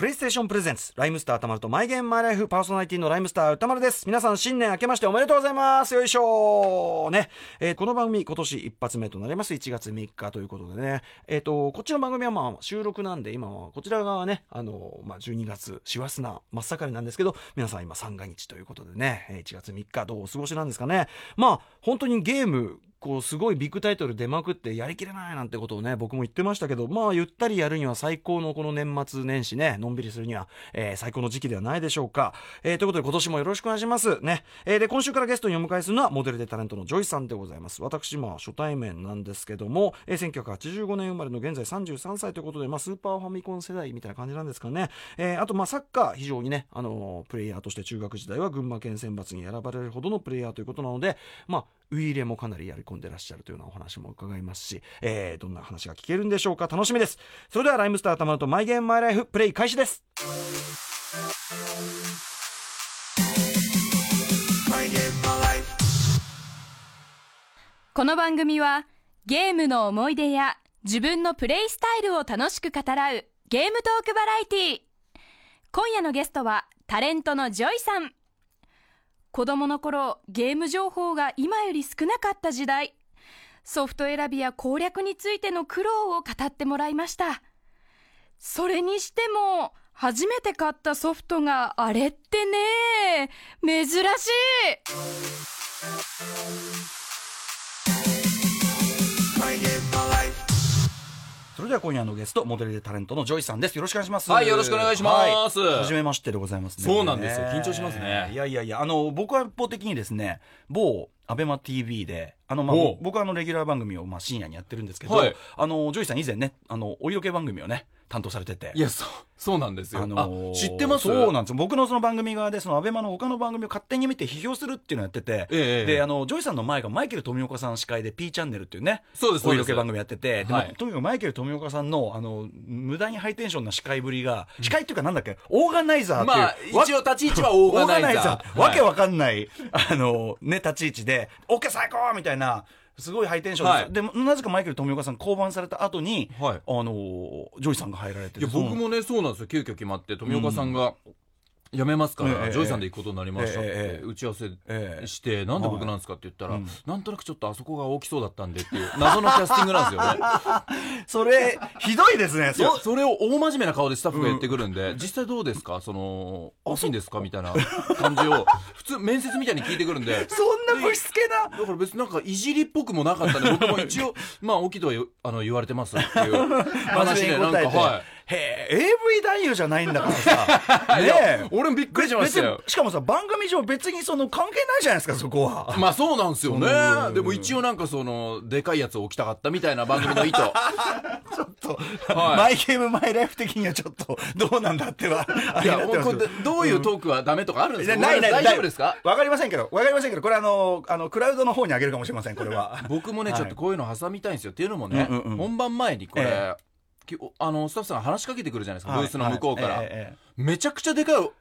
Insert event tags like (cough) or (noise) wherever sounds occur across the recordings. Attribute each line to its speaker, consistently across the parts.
Speaker 1: プレイステーションプレゼンツ、ライムスター歌丸とマイゲームマイライフパーソナリティのライムスター歌丸です。皆さん新年明けましておめでとうございます。よいしょね。えーこの番組今年一発目となります。1月3日ということでね。えっ、と、こっちの番組はまあ収録なんで、今はこちら側はね、あの、まあ12月、師走な真っ盛りなんですけど、皆さん今三が日ということでね、えー1月3日どうお過ごしなんですかね。まあ本当にゲーム、こうすごいビッグタイトル出まくってやりきれないなんてことをね僕も言ってましたけどまあゆったりやるには最高のこの年末年始ねのんびりするには、えー最高の時期ではないでしょうか、えーということで今年もよろしくお願いしますね、えーで今週からゲストにお迎えするのはモデルでタレントのジョイさんでございます私まあ初対面なんですけども、えー1985年生まれの現在33歳ということで、まあ、スーパーファミコン世代みたいな感じなんですかね、えーあとまあサッカー非常にね、あのープレイヤーとして中学時代は群馬県選抜に選ばれるほどのプレイヤーということなのでまあウイイレもかなりやり込んでらっしゃるというようなお話も伺いますし、えーどんな話が聞けるんでしょうか楽しみですそれではライムスターたまるとマイゲームマイライフプレイ開始です
Speaker 2: この番組はゲームの思い出や自分のプレイスタイルを楽しく語らうゲームトークバラエティー今夜のゲストはタレントのジョイさん子供の頃ゲーム情報が今より少なかった時代ソフト選びや攻略についての苦労を語ってもらいましたそれにしても初めて買ったソフトがあれってね珍しい
Speaker 1: それでは今夜のゲストモデルでタレントのジョイさんですよろしくお願いします
Speaker 3: はいよろしくお願いします
Speaker 1: はい初めましてでございますね
Speaker 3: そうなんですよ緊張しますね
Speaker 1: いやいやいやあの僕は一方的にですね某アベマ t v であの、まあ
Speaker 3: おう、
Speaker 1: 僕はあのレギュラー番組をまあ深夜にやってるんですけど、
Speaker 3: はい
Speaker 1: あのジョイさん以前ねあのお色気番組をね担当されてて
Speaker 3: いや、そう、そうなんですよ。
Speaker 1: あのー
Speaker 3: あ、知ってます
Speaker 1: そうなんですよ僕のその番組側でそのアベマの他の番組を勝手に見て批評するっていうのをやってて、
Speaker 3: ええええ
Speaker 1: であのジョイさんの前がマイケル富岡さん司会で P チャンネルっていうね
Speaker 3: そうです
Speaker 1: お色気番組やってて、で
Speaker 3: はい
Speaker 1: まあとにかくマイケル富岡さんのあの無駄にハイテンションな司会ぶりが、司会っていうかなんだっけオーガナイザーっていう、
Speaker 3: まあ、
Speaker 1: わ
Speaker 3: 一応立ち位置はオーガナイザー。
Speaker 1: わけ
Speaker 3: は
Speaker 1: わかんない、あの、ね、立ち位置で、オッケー最高みたいな、すごいハイテンションで、で、なぜかマイケル富岡さん降板された後に、
Speaker 3: はい
Speaker 1: あの、ジョイさんが入られて
Speaker 3: い。いや、僕もね、そうなんですよ。急遽決まって、富岡さんが、辞めますか
Speaker 1: ええええ
Speaker 3: ら、ジョイさんで行くことになりましたっ
Speaker 1: えええ
Speaker 3: て
Speaker 1: え、
Speaker 3: 打ち合わ
Speaker 1: ええ
Speaker 3: せして、なんで僕なんですかって言った
Speaker 1: は
Speaker 3: ら
Speaker 1: いうん、
Speaker 3: なんとなくちょっとあそこが大きそうだったんでっていう、謎のキャスティングなんで
Speaker 1: (laughs)
Speaker 3: すよね。
Speaker 1: それ、ひどいですね。
Speaker 3: いや
Speaker 1: そう
Speaker 3: それを大真面目な顔でスタッフが言ってくるんで、実際どうですかその、欲しいんですかみたいな感じを、普通、面接みたいに聞いてくるんで、
Speaker 1: そんなぶしつけな。
Speaker 3: だから別になんかいじりっぽくもなかっ
Speaker 1: (laughs)
Speaker 3: たんで、僕も一応、まあ、沖とはよあの言われてますっていう話
Speaker 1: 真面
Speaker 3: で、
Speaker 1: 目
Speaker 3: な
Speaker 1: に答
Speaker 3: ん
Speaker 1: え
Speaker 3: か、
Speaker 1: て
Speaker 3: は
Speaker 1: へえ、AV 男優じゃないんだからさ。
Speaker 3: い。い
Speaker 1: ね
Speaker 3: や
Speaker 1: え、。
Speaker 3: 俺もびっくりしました
Speaker 1: 別。
Speaker 3: よ
Speaker 1: にしかもさ、番組上別にその関係ないじゃないですか、そこは。
Speaker 3: まあそうなんですよ
Speaker 1: うん
Speaker 3: ね。でも一応なんかその、でかいやつを置きたかったみたいな番組の意図。
Speaker 1: ちょっと、
Speaker 3: はい
Speaker 1: マイゲームマイライフ的にはちょっと、どうなんだっては、 (laughs) あ
Speaker 3: い
Speaker 1: れに
Speaker 3: や、
Speaker 1: なっ
Speaker 3: も
Speaker 1: て
Speaker 3: う
Speaker 1: ます
Speaker 3: こ
Speaker 1: けど
Speaker 3: れどういうトークはダメとかあるんですか
Speaker 1: ないない
Speaker 3: 大丈夫ですか
Speaker 1: わかりませんけど、わかりませんけど、これあの、あの、クラウドの方にあげるかもしれません、これは。
Speaker 3: 僕もね、
Speaker 1: はい
Speaker 3: ちょっとこういうの挟みたいんですよっていうのもね、
Speaker 1: うんうんうん
Speaker 3: 本番前にこれ、
Speaker 1: え
Speaker 3: きおあのスタッフさんが話しかけてくるじゃないですか、
Speaker 1: はい
Speaker 3: (laughs) ブースの向こうから、
Speaker 1: はいえええ
Speaker 3: めちゃくちゃでかい音,、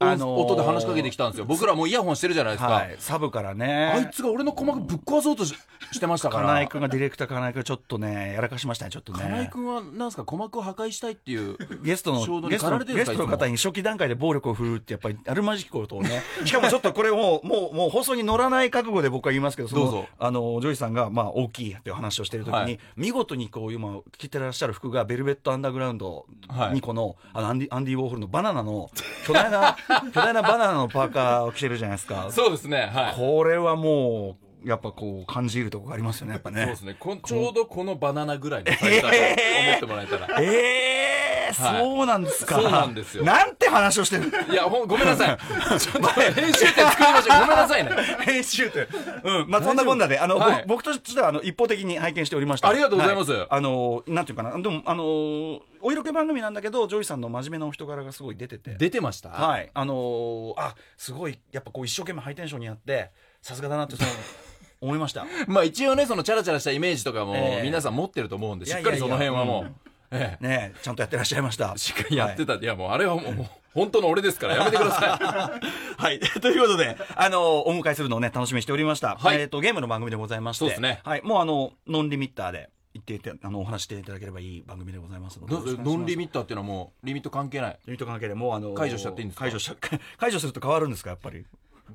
Speaker 1: あのー
Speaker 3: 音で話しかけてきたんですよ僕らもうイヤホンしてるじゃない
Speaker 1: え
Speaker 3: ですか、
Speaker 1: はい、サブからね。
Speaker 3: あいつが俺の鼓膜ぶっ壊そうとししてましたから
Speaker 1: 金井君がディレクター金井君ちょっとねやらかしましたねちょっとね
Speaker 3: 金井君はなんすか鼓膜を破壊したいっていう
Speaker 1: ゲストの
Speaker 3: 衝動
Speaker 1: ゲ
Speaker 3: に
Speaker 1: スト
Speaker 3: 駆ら
Speaker 1: の
Speaker 3: れてるん
Speaker 1: ゲ
Speaker 3: ですか
Speaker 1: ストの方に初期段階で暴力を振るうってやっぱりあるまじきことを
Speaker 3: (laughs)
Speaker 1: ねしかもちょっとこれもうもうもう放送に乗らない覚悟で僕は言いますけどその
Speaker 3: どうぞ
Speaker 1: あのジョイさんがまあ大きいっていう話をしてる時に、
Speaker 3: はい
Speaker 1: 見事にこう今着てらっしゃる服がベルベットアンダーグラウンド
Speaker 3: はい
Speaker 1: 2個の,、あのアンディアンディ・ウォーホルのバナナの巨大
Speaker 3: (laughs)
Speaker 1: な巨大なバナナのパーカーを着てるじゃないですか
Speaker 3: そうですねはい
Speaker 1: これはもうやっぱこう感じるとこがありますよねやっぱ
Speaker 3: そう
Speaker 1: ね
Speaker 3: ですねこんちょうどこのバナナぐらいのサイズだと思ってもらえたら
Speaker 1: えー、
Speaker 3: はい
Speaker 1: そうなんですか
Speaker 3: そうなんですよ
Speaker 1: なんて話をしてる
Speaker 3: いやほんごめんなさい (laughs) ちょっと編集点作りましょうごめんなさいね
Speaker 1: 編集という。うん。まあ、そんなこんなで、あの、
Speaker 3: はい
Speaker 1: ぼ僕としては、あの、一方的に拝見しておりました。
Speaker 3: ありがとうございます
Speaker 1: はあの、なんていうかな。でも、あの、お色気番組なんだけど、ジョイさんの真面目なお人柄がすごい出てて。
Speaker 3: (laughs) 出てました
Speaker 1: はい。あの、あ、すごい、やっぱこう、一生懸命ハイテンションにやって、さすがだなって、その、 (laughs) 思いました。
Speaker 3: まあ一応ね、そのチャラチャラしたイメージとかも
Speaker 1: ええ
Speaker 3: 皆さん持ってると思うんで、
Speaker 1: いや
Speaker 3: し
Speaker 1: い
Speaker 3: っ
Speaker 1: や
Speaker 3: か
Speaker 1: いや
Speaker 3: りその辺はもう、ええ
Speaker 1: ねえちゃんとやってらっしゃいました。
Speaker 3: しっかりやって
Speaker 1: た。
Speaker 3: た。いやもうあれはもう、もう本当の俺ですからやめてくださ
Speaker 1: はい。 (laughs) ということで、あの、お迎えするのをね、楽しみにしておりました。
Speaker 3: はい
Speaker 1: えっと、ゲームの番組でございまして。
Speaker 3: そうですね
Speaker 1: はい。もう、あの、ノンリミッターで。言っていたあのお話していただければいい番組でございますので
Speaker 3: (laughs) ど
Speaker 1: よろしくお願いし
Speaker 3: ノ
Speaker 1: ま
Speaker 3: ン
Speaker 1: す
Speaker 3: リミッターっていうのはもうリミット関係ない
Speaker 1: リミット関係でもうあの
Speaker 3: 解除しちゃっていいんですか
Speaker 1: 解除しちゃ (laughs) 解除すると変わるんですかやっぱ
Speaker 3: (laughs)
Speaker 1: り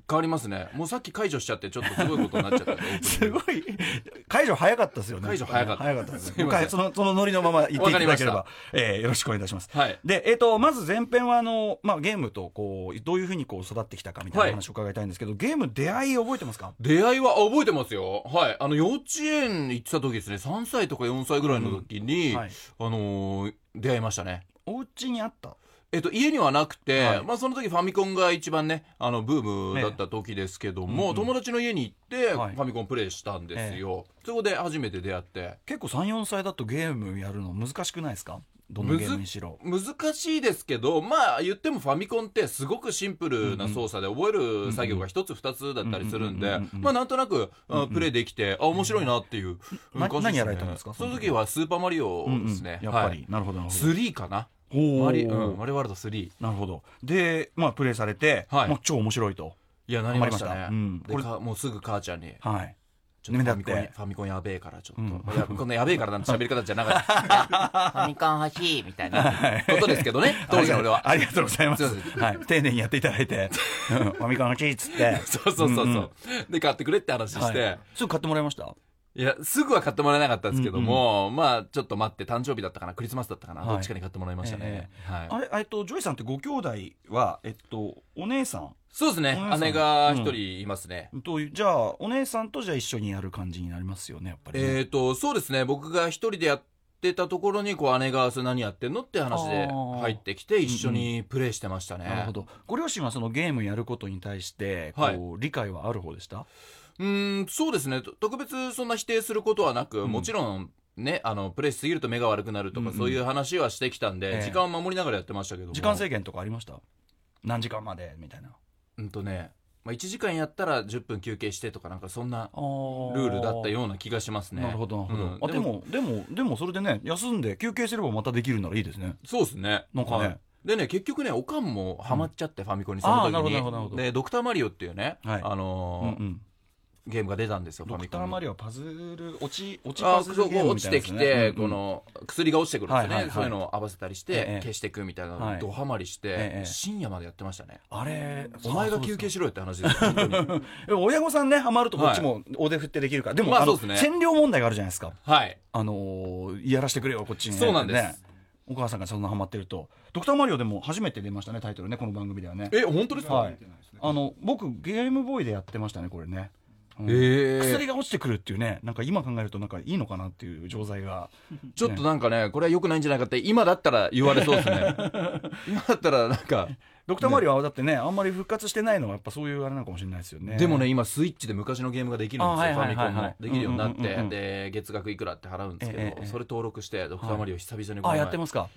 Speaker 3: 変わりますねもうさっき解除しちゃってちょっとすごいことになっちゃ
Speaker 1: (laughs)
Speaker 3: ったんでオープニング
Speaker 1: すごい解除早かったですよね
Speaker 3: 解除早かった
Speaker 1: 早かったです
Speaker 3: すいません
Speaker 1: もう一回そのそのノリのまま言っていただけれ
Speaker 3: わ
Speaker 1: ば
Speaker 3: か、
Speaker 1: えーよろしくお願いいたします、
Speaker 3: はい
Speaker 1: でえっ、とまず前編はあの、まあ、ゲームとこうどういうふうにこう育ってきたかみたいな
Speaker 3: はい
Speaker 1: 話を伺いたいんですけど、ゲーム出会い覚えてますか
Speaker 3: 出会いはあ覚えてますよ、はい、あの幼稚園行ってた時ですね3歳とか4歳ぐらいの時に、
Speaker 1: うんはい
Speaker 3: あのー出会いましたね
Speaker 1: お家にあった
Speaker 3: えっと、家にはなくて、
Speaker 1: はい
Speaker 3: まあ、その時ファミコンが一番ねあのブームだった時ですけども、
Speaker 1: ねうんうん
Speaker 3: 友達の家に行ってフ
Speaker 1: はい
Speaker 3: ァミコンプレイしたんですよ、そこで初めて出会って
Speaker 1: 結構34歳だとゲームやるの難しくないですかどのゲームにしろ
Speaker 3: 難しいですけどまあ言ってもファミコンってすごくシンプルな操作で覚える作業が一つ二つだったりするん
Speaker 1: うん
Speaker 3: で
Speaker 1: うんうんうん
Speaker 3: まあなんとなくあプレイできてあ面白いなっていう
Speaker 1: な
Speaker 3: 感じですね
Speaker 1: 何やられたんですか
Speaker 3: その時はスーパーマリオ
Speaker 1: うんうん
Speaker 3: ですね
Speaker 1: やっぱり、
Speaker 3: はい
Speaker 1: なるほどなるほど
Speaker 3: 3かな
Speaker 1: おー
Speaker 3: マリ,、うん、マリオワールド3
Speaker 1: なるほどでまあプレイされて、
Speaker 3: はい
Speaker 1: もう超面白いと
Speaker 3: いやなりました
Speaker 1: な
Speaker 3: ね
Speaker 1: りましたうん
Speaker 3: で
Speaker 1: これ
Speaker 3: かもうすぐ母ちゃんに
Speaker 1: はい
Speaker 3: ちょっとファミ
Speaker 1: 目
Speaker 3: コン
Speaker 1: 立って
Speaker 3: ファミコンやべえからちょっと、
Speaker 1: うん
Speaker 3: いやこんなやべえからなんて喋り方じゃなか
Speaker 1: (laughs)
Speaker 3: ったファミコン欲しいみたいなことですけ (laughs) どね当時の俺は
Speaker 1: ありがとうございます。
Speaker 3: すいません
Speaker 1: はい、丁寧にやっていただいて、うん、ファミコンのチーっつ
Speaker 3: (laughs)
Speaker 1: って。
Speaker 3: そうそうそうそう、
Speaker 1: んん
Speaker 3: で買ってくれって話して、
Speaker 1: はいすぐ買ってもらいました。
Speaker 3: い、やすぐは買ってもらえなかったんですけども、まあちょっと待って誕生日だったかなクリスマスだったかな、
Speaker 1: はい
Speaker 3: どっちかに買ってもらいましたね、はい
Speaker 1: あれ、えっと、ジョイさんってご兄弟は、えっと、お姉さ
Speaker 3: そうですね
Speaker 1: お姉さん
Speaker 3: 姉が一人いますね、
Speaker 1: んという、じゃあ、お姉さんとじゃあ一緒にやる感じになりますよね、やっぱりね、
Speaker 3: えー、とそうですね僕が一人でやってたところにこう姉が「それ何やってんの?」って話で
Speaker 1: あー
Speaker 3: 入ってきて一緒にプレイしてましたね、
Speaker 1: なるほど。ご両親はそのゲームやることに対して、こう、
Speaker 3: はい
Speaker 1: 理解はある方でした
Speaker 3: うーんそうですねと特別そんな否定することはなく、
Speaker 1: うん
Speaker 3: もちろんねあのプレイしすぎると目が悪くなると
Speaker 1: う
Speaker 3: か、
Speaker 1: んうん
Speaker 3: そういう話はしてきたんで、
Speaker 1: ええ
Speaker 3: 時間を守りながらやってましたけども
Speaker 1: 時間制限とかありました何時間までみたいな。
Speaker 3: うんとね、まあ、1時間やったら10分休憩してとかなんかそんな
Speaker 1: ルー
Speaker 3: ルールだったような気がしますね
Speaker 1: なるほど、なるほど。
Speaker 3: うん
Speaker 1: あ、でも、でも、でも、それでね、休んで休憩すればまたできるならいいですね。
Speaker 3: そうですね。
Speaker 1: なんかね
Speaker 3: はいでね、結局ね、おかんもハマっちゃって、ファミコンにそ
Speaker 1: あ
Speaker 3: の
Speaker 1: ーなるほ
Speaker 3: 時
Speaker 1: どなるほどなるほ
Speaker 3: に。
Speaker 1: ど
Speaker 3: で、ドクターマリオっていうね、
Speaker 1: はい
Speaker 3: あ
Speaker 1: う
Speaker 3: の
Speaker 1: ん
Speaker 3: ー
Speaker 1: うん。
Speaker 3: ゲームが出たんですよ、フ
Speaker 1: ド
Speaker 3: ァ
Speaker 1: ク
Speaker 3: ミ
Speaker 1: タ
Speaker 3: コ
Speaker 1: ー
Speaker 3: ン
Speaker 1: マ
Speaker 3: の。
Speaker 1: リオはパズル落ち落ち
Speaker 3: あ
Speaker 1: パ
Speaker 3: ー
Speaker 1: ズ
Speaker 3: そ
Speaker 1: ル
Speaker 3: う
Speaker 1: ゲー
Speaker 3: こう
Speaker 1: ムみ
Speaker 3: 落
Speaker 1: た
Speaker 3: ち
Speaker 1: いな
Speaker 3: て
Speaker 1: やつ
Speaker 3: き
Speaker 1: ね
Speaker 3: て、
Speaker 1: うん
Speaker 3: この薬が落ちてくるんですよ
Speaker 1: はいはい
Speaker 3: ね
Speaker 1: はい
Speaker 3: そういうのを合わせたりし
Speaker 1: ええ
Speaker 3: て消していくみたいなの
Speaker 1: は
Speaker 3: を
Speaker 1: い
Speaker 3: ドハマりし
Speaker 1: ええ
Speaker 3: て深夜までやってましたね
Speaker 1: あれ
Speaker 3: お前が休憩
Speaker 1: し
Speaker 3: しろよって話ですよ本当に
Speaker 1: 親御さんねハマるとこっちも腕振ってできるから、でも、
Speaker 3: まあ
Speaker 1: あの
Speaker 3: そうですね
Speaker 1: 占領問題があるじゃないですか (laughs)
Speaker 3: はい
Speaker 1: あのーやらしてくれよこっちにね
Speaker 3: そうなんです
Speaker 1: ねお母さんがそんなハマってると「ドクターマリオ」でも初めて出ましたねタイトルねこの番組ではね
Speaker 3: え本当です
Speaker 1: は
Speaker 3: か
Speaker 1: いあの僕ゲームボーイでやってましたねこれね、うん
Speaker 3: え
Speaker 1: 薬が落ちてくるっていうねなんか今考えるとなんかいいのかなっていう錠剤が
Speaker 3: ちょっとなんかねこれは良くないんじゃないかって今だったら言われそうで
Speaker 1: (laughs)
Speaker 3: すね今だったらなんか
Speaker 1: ドクターマリオはだってねあんまり復活してないのはやっぱそういうあれなのかもしれないですよね
Speaker 3: でもね今スイッチで昔のゲームができるん
Speaker 1: あ
Speaker 3: です
Speaker 1: はい
Speaker 3: よフ
Speaker 1: はい
Speaker 3: ァ
Speaker 1: はい
Speaker 3: ミ
Speaker 1: はい
Speaker 3: コンもできるようにな
Speaker 1: う
Speaker 3: っ
Speaker 1: んうんうんうん
Speaker 3: てで月額いくらって払うんです
Speaker 1: ええ
Speaker 3: け
Speaker 1: ええ
Speaker 3: どそれ登録して「ドクターマリオ」久々に
Speaker 1: あ
Speaker 3: この前
Speaker 1: やってますか、うん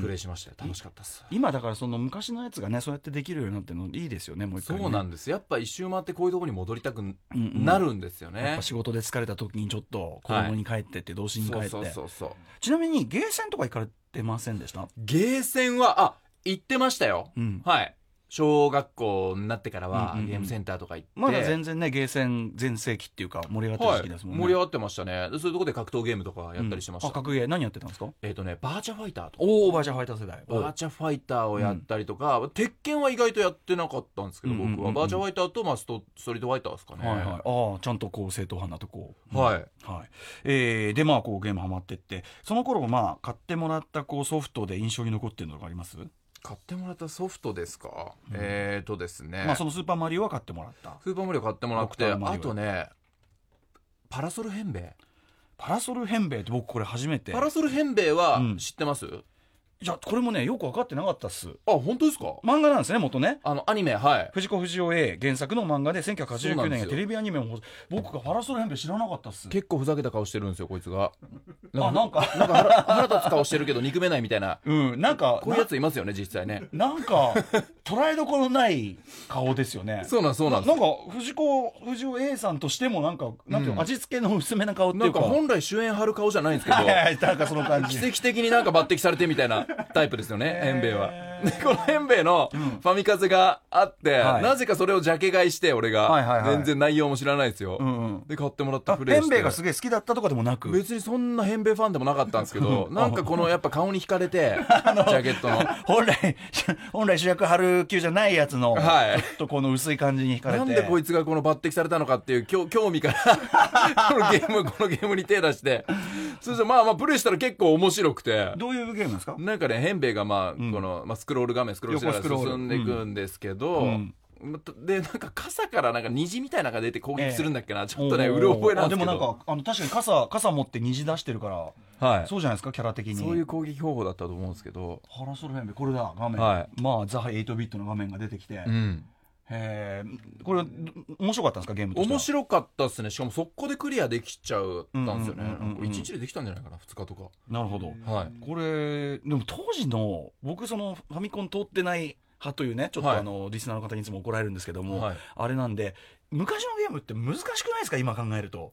Speaker 3: プレイしましたよ楽しかったっす
Speaker 1: 今だからその昔のやつがねそうやってできるようになってるのいいですよねもう一
Speaker 3: そ
Speaker 1: 回ね、
Speaker 3: うなんですやっぱ一周回ってこういうところに戻りたく
Speaker 1: うんうん
Speaker 3: なるんですよ
Speaker 1: やっ
Speaker 3: ね
Speaker 1: ぱ仕事で疲れた時にちょっと子供に帰ってって童心に帰っ
Speaker 3: そう
Speaker 1: て、
Speaker 3: そうそうそう
Speaker 1: ちなみにゲーセンとか行かれてませんでした
Speaker 3: ゲーセンはあ行ってましたよ
Speaker 1: うん
Speaker 3: はい小学校になってからは
Speaker 1: うんうんうん
Speaker 3: ゲームセンターとか行って
Speaker 1: まだ全然ねゲーセン全盛期っていうか盛り上がってる
Speaker 3: は
Speaker 1: 時
Speaker 3: い
Speaker 1: 期ですもんね、
Speaker 3: 盛り上がってましたねでそういうとこで格闘ゲームとかやったりしてまし
Speaker 1: うんあ
Speaker 3: た
Speaker 1: 格ゲー何やってたんですか
Speaker 3: えっとねバーチャファイターとか
Speaker 1: おおバーチャファイター世代
Speaker 3: バーチャファイターをやったりとか、鉄拳は意外とやってなかったんですけど、
Speaker 1: うんうんうんうん
Speaker 3: 僕はバーチャファイターと、まあ、ストストリートファイターですかね。
Speaker 1: はいはい、ああちゃんとこう正統派なとこ
Speaker 3: はい
Speaker 1: はいえーでまあこうゲームハマってってその頃まあ買ってもらったこうソフトで印象に残ってるのがあります、
Speaker 3: 買ってもらったソフトですか、えーとですね、
Speaker 1: まあそのスーパーマリオは買ってもらった
Speaker 3: スーパーマリオ買ってもらっ
Speaker 1: ド
Speaker 3: て
Speaker 1: クターマリオ
Speaker 3: あとねパラソル変兵衛
Speaker 1: パラソル変兵衛って僕これ初めて
Speaker 3: パラソル変兵衛は
Speaker 1: うん
Speaker 3: 知ってます、
Speaker 1: いやこれもねよく分かってなかったっす
Speaker 3: あ本当ですか
Speaker 1: 漫画なんですね元ね
Speaker 3: あのアニメはい
Speaker 1: 藤子不二雄 A 原作の漫画で
Speaker 3: そうな
Speaker 1: 1989年
Speaker 3: んです
Speaker 1: や
Speaker 3: よ
Speaker 1: テレビアニメも放送僕がパラソル変兵衛知らなかったっす
Speaker 3: 結構ふざけた顔してるんですよこいつが
Speaker 1: あなんか
Speaker 3: なんか腹腹立つ顔してるけど憎めないみたいな
Speaker 1: うんなんか
Speaker 3: こういうやついますよね実際ね
Speaker 1: ななん
Speaker 3: (laughs)
Speaker 1: か捉えどころない顔ですよね
Speaker 3: そうなんそうなんです
Speaker 1: なんか藤子不二雄 A さんとしてもなんかなんていうの、
Speaker 3: うん
Speaker 1: 味付けの薄めな顔ってい
Speaker 3: なん
Speaker 1: うか
Speaker 3: か
Speaker 1: (laughs)
Speaker 3: 本来主演張る顔じゃないんですけど
Speaker 1: はいはいなんかその感じ
Speaker 3: 奇跡的になんか抜擢されてみたいなタイプですよね、
Speaker 1: えー
Speaker 3: エンベイは。でこのヘンベイのファミカゼがあって、
Speaker 1: はい
Speaker 3: なぜかそれをジャケ買いして俺が、
Speaker 1: はいはいはい
Speaker 3: 全然内容も知らないですよ、
Speaker 1: うんうん
Speaker 3: で買ってもらっ
Speaker 1: あ
Speaker 3: た
Speaker 1: フ
Speaker 3: フレ
Speaker 1: ェ
Speaker 3: ー
Speaker 1: ン
Speaker 3: して
Speaker 1: ベイがすげえ好きだったとかでもなく
Speaker 3: 別にそんなヘンベイファンでもなかったんですけどなんかこのやっぱ顔に惹かれ
Speaker 1: (laughs)
Speaker 3: てジャケットの
Speaker 1: 本来 (laughs) 本来主役春級じゃないやつの、
Speaker 3: (laughs) はい
Speaker 1: ちょっとこの薄い感じに惹かれて
Speaker 3: なんでこいつがこの抜擢されたのかっていう興興味
Speaker 1: (laughs)
Speaker 3: からこのゲームこのゲームに手出してそれじゃまあまあプレイしたら結構面白くて
Speaker 1: どういうゲームなんですか
Speaker 3: なんかねヘンベイがまあ、この、まあ、スクロール画面スクロールしなが
Speaker 1: 横
Speaker 3: ら
Speaker 1: スクロール
Speaker 3: 進んでいくんですけど、
Speaker 1: うん
Speaker 3: またでなんか傘からなんか虹みたいなのが出て攻撃するんだっけな、ちょっとね
Speaker 1: おー
Speaker 3: うる覚えなん
Speaker 1: あ
Speaker 3: で
Speaker 1: ですも
Speaker 3: けど
Speaker 1: なんかあの確かに傘傘持って虹出してるから、
Speaker 3: はいそ
Speaker 1: そうじゃないですかキャラ的に
Speaker 3: ういう攻撃方法だったと思うんですけど
Speaker 1: ハラソルフェンベこれだ画面、
Speaker 3: は
Speaker 1: まあザ・8ビットの画面が出てきて、
Speaker 3: う
Speaker 1: へ
Speaker 3: ん
Speaker 1: えこれ面白かったんですかゲームとしては
Speaker 3: 面白かったっすねしかも速攻でクリアできちゃったんですよね
Speaker 1: うんうんうんうん
Speaker 3: 1日でできたんじゃないかな2日とか
Speaker 1: なるほど
Speaker 3: はい
Speaker 1: これでも当時の僕そのファミコン通ってない派というねちょっと
Speaker 3: はい
Speaker 1: あの、リスナーの方にいつも怒られるんですけども、
Speaker 3: はい
Speaker 1: あれなんで昔のゲームって難しくないですか今考えると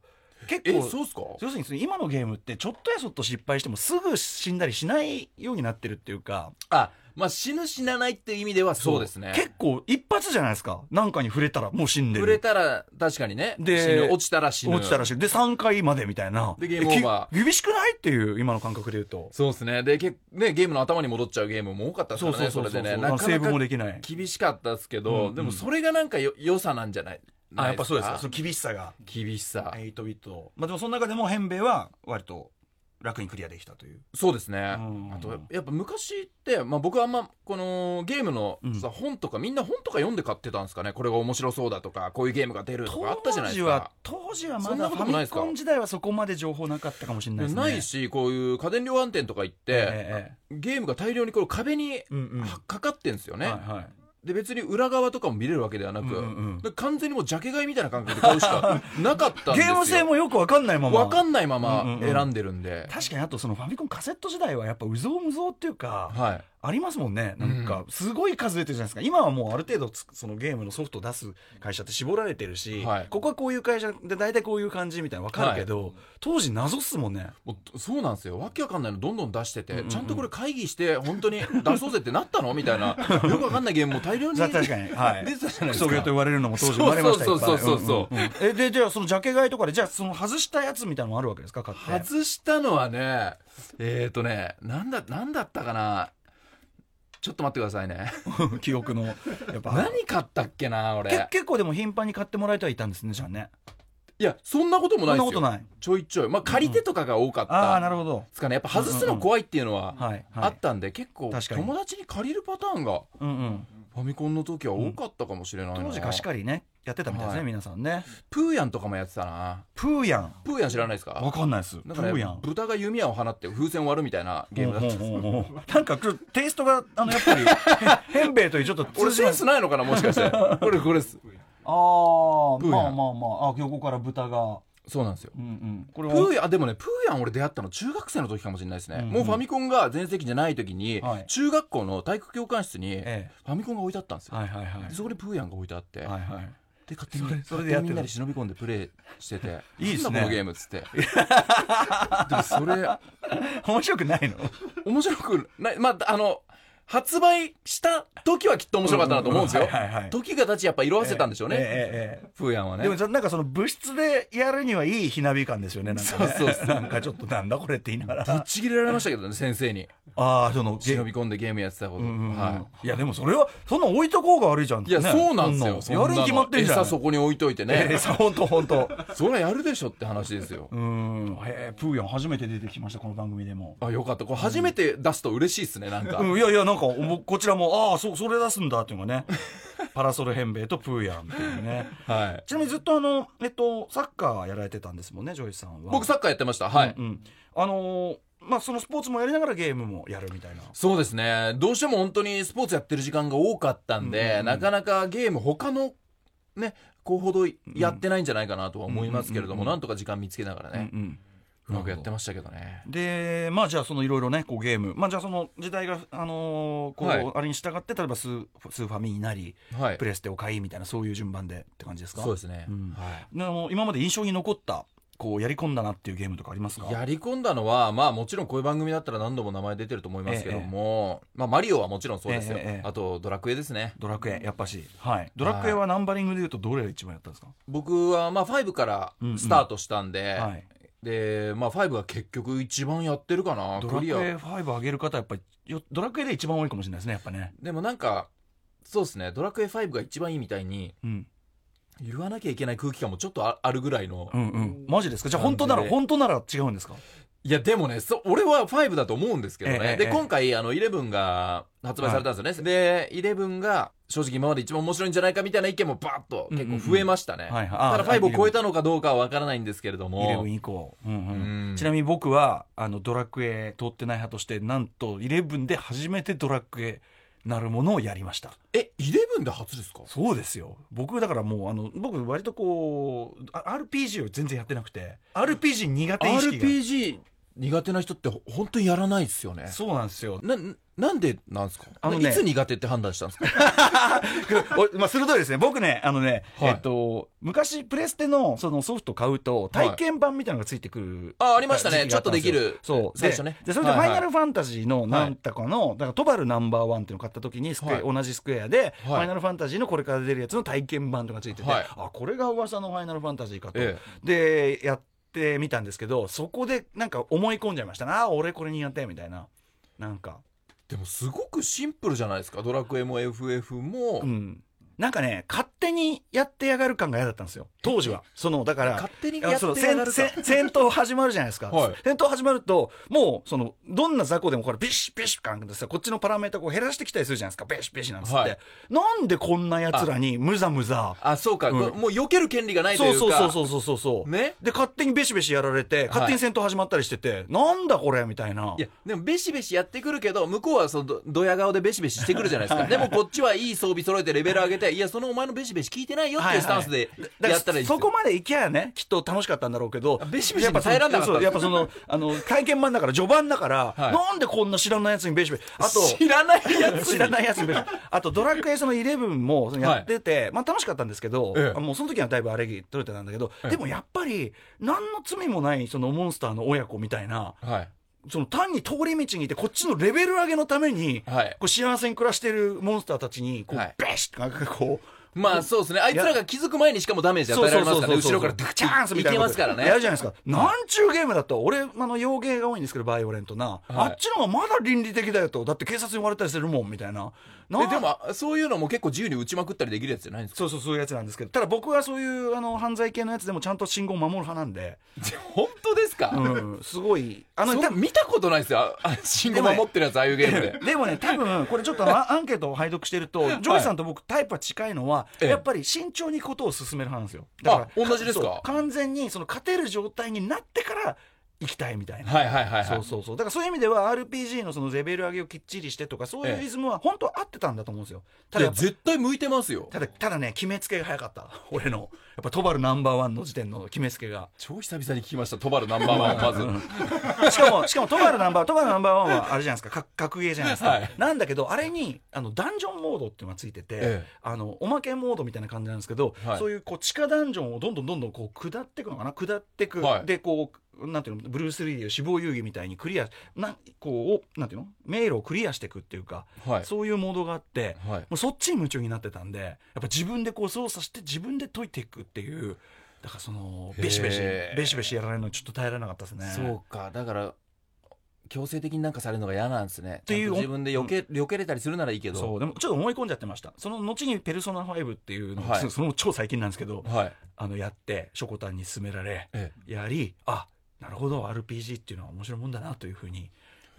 Speaker 1: 結
Speaker 3: え
Speaker 1: 構
Speaker 3: そうっすか
Speaker 1: 要するにその今のゲームってちょっとやそっと失敗してもすぐ死んだりしないようになってるっていうか
Speaker 3: あまあ死ぬ死なないっていう意味ではそうですね
Speaker 1: 結構一発じゃないですかなんかに触れたらもう死んでる
Speaker 3: 触れたら確かにね
Speaker 1: で
Speaker 3: 死ぬ落ちたら死ぬ
Speaker 1: 落ちたらしいで3回までみたいな
Speaker 3: でゲームオーバ
Speaker 1: ー厳しくないっていう今の感覚で言うと
Speaker 3: そうですねでけねゲームの頭に戻っちゃうゲームも多かったですからねそれでねなか
Speaker 1: セー
Speaker 3: な
Speaker 1: ブも
Speaker 3: か
Speaker 1: できない
Speaker 3: 厳しかったですけ
Speaker 1: うん
Speaker 3: ど、
Speaker 1: うん
Speaker 3: でもそれがなんかよ良さなんじゃない
Speaker 1: あやっぱそうですか
Speaker 3: か
Speaker 1: その厳しさが
Speaker 3: 厳しさ、
Speaker 1: 8ビットまあでもその中でもヘンベイは割と楽にクリアできたという
Speaker 3: そうですね、
Speaker 1: うん
Speaker 3: あとやっぱ昔って、まあ、僕はあんまこのゲームの
Speaker 1: うん
Speaker 3: さ、本とかみんな本とか読んで買ってたんですかねこれが面白そうだとかこういうゲームが出るとかあったじゃないですか
Speaker 1: 当時は当時は
Speaker 3: そ
Speaker 1: ま
Speaker 3: んな
Speaker 1: だ
Speaker 3: こ
Speaker 1: フ
Speaker 3: とも
Speaker 1: ァ
Speaker 3: ない
Speaker 1: ミ
Speaker 3: ですか
Speaker 1: コン時代はそこまで情報なかったかもしれないですね
Speaker 3: ないしこういう家電量販店とか行って、
Speaker 1: え
Speaker 3: ゲームが大量にこの壁に
Speaker 1: えうんうん
Speaker 3: はかかってんですよね、
Speaker 1: はいはい
Speaker 3: で別に裏側とかも見れるわけではなく、
Speaker 1: うんうんうん
Speaker 3: で完全にもうジャケ買いみたいな感覚で買うし (laughs) かなかったんで
Speaker 1: ゲ
Speaker 3: すよ
Speaker 1: ーム性もよくわかんないまま
Speaker 3: 分かんないま
Speaker 1: うん
Speaker 3: ま
Speaker 1: うんうん
Speaker 3: 選んでるんで、
Speaker 1: 確かにあとそのファミコンカセット時代はやっぱうぞうむぞうっていうか
Speaker 3: はい
Speaker 1: ありますもんねなんかすごい数出てるじゃないですか、今はもうある程度つそのゲームのソフトを出す会社って絞られてるし、
Speaker 3: はい
Speaker 1: ここはこういう会社で大体こういう感じみたいなの分かるけど、当時謎っすもんね
Speaker 3: もうそうなんですよわけわかんないのどんどん出してて、
Speaker 1: うんうんうん
Speaker 3: ちゃんとこれ会議して本当に出そうぜってなったのみたい (laughs) なよくわかんないゲームも大量に
Speaker 1: ざ確かにはい
Speaker 3: 出てたじゃないで
Speaker 1: ク
Speaker 3: す
Speaker 1: ソゲーと言
Speaker 3: か
Speaker 1: われるのも当時生まれました
Speaker 3: そうそうそうそうそう
Speaker 1: いっぱいんんんえでじゃあそのジャケ買いとかでじゃあその外したやつみたいなのもあるわけですか買 (laughs) って
Speaker 3: 外したのはねえっ、ー、とねなんだなんだったかなちょっと待ってくださいね
Speaker 1: 記憶のやっ (laughs) ぱ
Speaker 3: 何買ったっけな
Speaker 1: け
Speaker 3: 俺
Speaker 1: 結構でも頻繁に買ってもらえてはいたんですねじゃあね
Speaker 3: いやそんなことも
Speaker 1: そ
Speaker 3: ない
Speaker 1: ん
Speaker 3: で
Speaker 1: な
Speaker 3: す
Speaker 1: こと
Speaker 3: よ
Speaker 1: ない
Speaker 3: ちょいちょいまあ借り手とかが多かった、
Speaker 1: ああなるほど
Speaker 3: ですかねやっぱ外すの怖いっていうのは
Speaker 1: はい、はい、
Speaker 3: あったんで、結構
Speaker 1: 確かに
Speaker 3: 友達に借りるパターンが
Speaker 1: うんうん
Speaker 3: ファミコンの時は多かったかもしれないな、
Speaker 1: 当時貸し借りねやってたみたいですね、
Speaker 3: はい
Speaker 1: 皆さんね
Speaker 3: プーヤンとかもやってたな
Speaker 1: プーヤン
Speaker 3: プーヤン知らないですか
Speaker 1: わかんないです。
Speaker 3: なんかね
Speaker 1: プーヤン。
Speaker 3: 豚が弓矢を放って風船割るみたいなゲームだった
Speaker 1: ほうほうほうほうなんかちょっとテイストがあのやっ (laughs) ぱりヘンベイというちょっと通
Speaker 3: 俺
Speaker 1: じ
Speaker 3: セ
Speaker 1: ま
Speaker 3: ン
Speaker 1: す
Speaker 3: スないのかなもしかしてこれこれです
Speaker 1: ああ
Speaker 3: プーヤン
Speaker 1: まあまあまああ横から豚が
Speaker 3: そうなんですよ
Speaker 1: うんうんこれ
Speaker 3: プ
Speaker 1: は
Speaker 3: ーヤンあでもねプーヤン俺出会ったの中学生の時かもしれないですね、
Speaker 1: うんうん
Speaker 3: もうファミコンが全盛期じゃない時に、
Speaker 1: はい
Speaker 3: 中学校の体育教官室にフ
Speaker 1: え
Speaker 3: ァミコンが置いてあったんです
Speaker 1: え
Speaker 3: よ、
Speaker 1: はいはいはい
Speaker 3: でそこにプーヤンが置いてあって、
Speaker 1: はいはい
Speaker 3: で勝手に
Speaker 1: それでやって
Speaker 3: み
Speaker 1: る
Speaker 3: んなで忍び込んでプレイしてて
Speaker 1: いいですね
Speaker 3: なんだこのゲームっつって (laughs) でもそれ
Speaker 1: 面白くないの
Speaker 3: 面白くないまああの発売した時はきっと面白かったなと思うんですよ、
Speaker 1: うんうんうんはいはいはい
Speaker 3: 時が経ちやっぱ色あせたんでしょうね、
Speaker 1: えええええ
Speaker 3: プーヤンは
Speaker 1: え
Speaker 3: ね
Speaker 1: でもそなんかその物質でやるにはいいひなび感ですよねなんかね
Speaker 3: そうそうそう
Speaker 1: なんかちょっとなんだこれって言いなが
Speaker 3: ぶっ
Speaker 1: ら
Speaker 3: ちぎれられましたけどね先生に
Speaker 1: ああそのゲ
Speaker 3: 忍び込んでゲームやってたこと、
Speaker 1: うんうんうん
Speaker 3: はい
Speaker 1: やでもそれはそんな置いとこうが悪いじゃん
Speaker 3: いいや、
Speaker 1: ね
Speaker 3: そうなんですよ
Speaker 1: そやるに決まってんじゃん
Speaker 3: 餌そこに置いといてね、
Speaker 1: ええ (laughs) さ本当本当
Speaker 3: そりゃやるでしょって話ですよ、
Speaker 1: うんへえプーヤン初めて出てきましたこの番組でも
Speaker 3: あよかったこれ初めて出すと嬉しいですねなんか、
Speaker 1: うん、いやいやなんかおもこちらもああそそれ出すんだっていうのがねパラソルヘンベイとプーヤンっていうね
Speaker 3: はい
Speaker 1: ちなみにずっとあのえっとサッカーやられてたんですもんねジョイさんは
Speaker 3: 僕サッカーやってましたはい、
Speaker 1: うんうんあのーまあそのスポーツもやりながらゲームもやるみたいな
Speaker 3: そうですね。どうしても本当にスポーツやってる時間が多かったんで、
Speaker 1: うんうんうん
Speaker 3: なかなかゲーム他のね、こうほどやってないんじゃないかなとは思いますけれども、
Speaker 1: うんうんうんうん
Speaker 3: なんとか時間見つけながらね、うまくやってましたけどね。
Speaker 1: でまあじゃあそのいろいろねこうゲームまあじゃあその時代があのーこう、
Speaker 3: はい
Speaker 1: あれに従って例えばスースーファミになり
Speaker 3: はい
Speaker 1: プ。レステを買いみたいなそういう順番でって感じですか
Speaker 3: そうですね。
Speaker 1: うん
Speaker 3: はい。
Speaker 1: であの今まで印象に残ったこうやり込んだなっていうゲームとかありますか
Speaker 3: やり込んだのは、まあもちろんこういう番組だったら何度も名前出てると思いますけども、まあマリオはもちろんそうですよ。
Speaker 1: ええええ
Speaker 3: あとドラクエですね。
Speaker 1: ドラクエやっぱし、はい、ドラクエはナンバリングでいうとどれが一番やったんですか、
Speaker 3: 僕はまあ5からスタートしたんで、
Speaker 1: はい、
Speaker 3: で、まあ5が結局一番やってるかな、
Speaker 1: ドラ
Speaker 3: ク
Speaker 1: ク
Speaker 3: リ
Speaker 1: エ
Speaker 3: ア。
Speaker 1: 5上げる方はやっぱりよドラクエで一番多いかもしれないですねやっぱね
Speaker 3: でもなんか、そうですね、ドラクエ5が一番いいみたいに、
Speaker 1: うん、
Speaker 3: 言わなきゃいけない空気感もちょっとああるぐらいの。
Speaker 1: うんうんマジですかじゃあ本当な
Speaker 3: 感
Speaker 1: ら
Speaker 3: じで
Speaker 1: 本当なら違うんですか
Speaker 3: いや、でもね、そ俺は5だと思うんですけどね。
Speaker 1: えええ
Speaker 3: で、
Speaker 1: え
Speaker 3: 今回、あの、11が発売されたんですよね。で、11が、正直今まで一番面白いんじゃないかみたいな意見もバーッと結構増えましたね。
Speaker 1: うんうんうんはいはいあ
Speaker 3: ただ5を
Speaker 1: 11
Speaker 3: 超えたのかどうかはわからないんですけれども。
Speaker 1: 11以降、うんう
Speaker 3: うん
Speaker 1: ん、ちなみに僕はあのドラクエ通ってない派としてなんと11で初めてドラクエなるものをやりました
Speaker 3: え、11で初ですか
Speaker 1: そうですよ僕だからもうあの僕割とこうあ RPG を全然やってなくて RPG 苦手意識が
Speaker 3: ?RPG 苦手な人ってほ本当にやらないですよね。
Speaker 1: そうなんですよ
Speaker 3: な、ななんでなんですか
Speaker 1: あのね
Speaker 3: いつ苦手って判断したんですか
Speaker 1: おまあ、鋭いですね。僕ね、あのね、
Speaker 3: はい
Speaker 1: えっと、昔、プレステのそのソフト買うと、体験版みたいなのがついてくる。
Speaker 3: あ、ありました
Speaker 1: 時
Speaker 3: ね。
Speaker 1: 期
Speaker 3: ち
Speaker 1: があ
Speaker 3: ょっ
Speaker 1: った
Speaker 3: と
Speaker 1: んで
Speaker 3: ですき
Speaker 1: よ
Speaker 3: る。
Speaker 1: そう。
Speaker 3: 最
Speaker 1: で
Speaker 3: 初ね。
Speaker 1: で、それで、ファイナル
Speaker 3: はい
Speaker 1: ファンタジーの、なんたかの、だから、トバルナンバーワンっていうのを買った時に、スクエ
Speaker 3: はい
Speaker 1: 同じスクエアで、フ
Speaker 3: はい
Speaker 1: ァイナルファンタジーのこれから出るやつの体験版とかついてて、
Speaker 3: はい
Speaker 1: あ、これが噂のファイナルファンタジーかと。
Speaker 3: え
Speaker 1: で、やってみたんですけど、そこで、なんか思い込んじゃいましたな。あ、俺これにやって、みたいな。なんか。
Speaker 3: でもすごくシンプルじゃないですか。ドラクエも FF も。
Speaker 1: うん。なんかね、勝手にやってやがる感が嫌だったんですよ。当時は。その、だから、
Speaker 3: 勝手に
Speaker 1: いや
Speaker 3: やって
Speaker 1: その
Speaker 3: やが
Speaker 1: 戦
Speaker 3: る
Speaker 1: 戦
Speaker 3: か
Speaker 1: 戦闘始まるじゃないですか、
Speaker 3: はい
Speaker 1: 戦闘始まるともうそのどんな雑魚でもこれビシッビシッかなんかさこっちのパラメータをこう減らしてきたりするじゃないですかビシッビシッなんつって、
Speaker 3: はい
Speaker 1: なんでこんなやつらにむざむざ
Speaker 3: あ、そうか、
Speaker 1: うん
Speaker 3: これもう避ける権利がないと
Speaker 1: そ
Speaker 3: いううか。
Speaker 1: そうそうそうそうそうそう
Speaker 3: ね
Speaker 1: で勝手にビシビシやられて勝手に戦闘始まったりしてて、なんだこれみたいない
Speaker 3: や、でもベシベシやってくるけど、向こうはそのど、ドヤ顔でベシベシしてくるじゃないですか。でもこっちはいい装備揃えてレベル上げて、いや、そのお前のベシベシ聞いてないよっていうスタンスで
Speaker 1: だ
Speaker 3: やったらいいですよ
Speaker 1: そこまで行きゃねきっと楽しかったんだろうけど
Speaker 3: あベシベシ
Speaker 1: やっぱ
Speaker 3: 耐えらんなかっ
Speaker 1: そ
Speaker 3: たんだ
Speaker 1: うやっぱそのあの体験版だから序盤だから、
Speaker 3: はい
Speaker 1: なんでこんな知らないやつにベシベシあと
Speaker 3: 知らないやつ
Speaker 1: (laughs)
Speaker 3: に
Speaker 1: 知らないやつにあとドラクエその11もそのやってて、まあ楽しかったんですけど、
Speaker 3: ええ
Speaker 1: もうその時はだいぶあれ取れてたんだけど、
Speaker 3: ええ
Speaker 1: でもやっぱり何の罪もないそのモンスターの親子みたいな
Speaker 3: はい。
Speaker 1: その単に通り道にいてこっちのレベル上げのために、
Speaker 3: はい
Speaker 1: こう幸せに暮らしてるモンスターたちにこう、
Speaker 3: はい
Speaker 1: ベシッなんかこう。
Speaker 3: まあそうですね。あいつらが気づく前にしかもダメージ与えられますからね。後ろからドゥクチャーンスみたいな。いけますからね。
Speaker 1: やるじゃないですか。なんちゅうゲームだと、俺、あの、洋芸が多いんですけど、バイオレントな。あっちの方がまだ倫理的だよと。だって警察に言われたりするもん、みたいな。な
Speaker 3: えで、も、あそういうのも結構自由に打ちまくったりできるやつじゃないんですか
Speaker 1: そうそう、そういうやつなんですけど、ただ僕はそういう、あの、犯罪系のやつでもちゃんと信号を守る派なんで、
Speaker 3: (laughs) 本当ですか、
Speaker 1: うん、すごい。あの、
Speaker 3: そ
Speaker 1: 多
Speaker 3: う
Speaker 1: 分
Speaker 3: 見たことないですよ。ああ信号守ってるやつ、ああいうゲー (laughs) ムで。
Speaker 1: でもね、多分、これちょっと
Speaker 3: (laughs)
Speaker 1: アアンケートを拝読してると、ジョイさんと僕タイプは近いのは、
Speaker 3: ええ
Speaker 1: やっぱり慎重にことを進める派なんですよ。
Speaker 3: あ同じですか
Speaker 1: そう完全に、その、勝てる状態になってから行きたいみたいな。
Speaker 3: はいはいはい、はい。
Speaker 1: そうそうそうだからそういう意味では RPG のそのレベル上げをきっちりしてとかそういうイズムは本当は合ってたんだと思うんですよた
Speaker 3: い
Speaker 1: だや
Speaker 3: や
Speaker 1: っぱ
Speaker 3: 絶対向いてますよ
Speaker 1: ただただね決めつけが早かった俺のやっぱトバルナンバーワンの時点の決めつけが
Speaker 3: 超久々に聞きましたトバルナンバーワンを (laughs) まず
Speaker 1: (laughs) しかもしかもトバルナンバートバルナンバーワンはあれじゃないですかか格ゲーじゃないですか、
Speaker 3: はい
Speaker 1: なんだけどあれにあのダンジョンモードっていうのがついてて、
Speaker 3: ええ
Speaker 1: あのおまけモードみたいな感じなんですけど、
Speaker 3: はい
Speaker 1: そういうこう地下ダンジョンをどんどんどんどんこう下っていくのかな下っていく、
Speaker 3: はい
Speaker 1: でこうなんていうのブルース・リーや死亡遊戯みたいにクリアなこうおなんていうの迷路をクリアしていくっていうか、
Speaker 3: はい
Speaker 1: そういうモードがあって、
Speaker 3: はい
Speaker 1: もうそっちに夢中になってたんでやっぱ自分でこう操作して自分で解いていくっていうだからそのベシベシ
Speaker 3: へー
Speaker 1: ベシベシやられるのちょっと耐えられなかったですね。
Speaker 3: そうかだから強制的になんかされるのが嫌なんですね
Speaker 1: ていう
Speaker 3: ちゃんと自分で避け,、避けれたりするならいいけど
Speaker 1: そうでもちょっと思い込んじゃってましたその後に「ペルソナ5」っていうのを、
Speaker 3: はい
Speaker 1: その超最近なんですけど
Speaker 3: はい
Speaker 1: あのやってしょこたんに勧められ
Speaker 3: え
Speaker 1: やりあなるほど RPG っていうのは面白いもんだなというふうに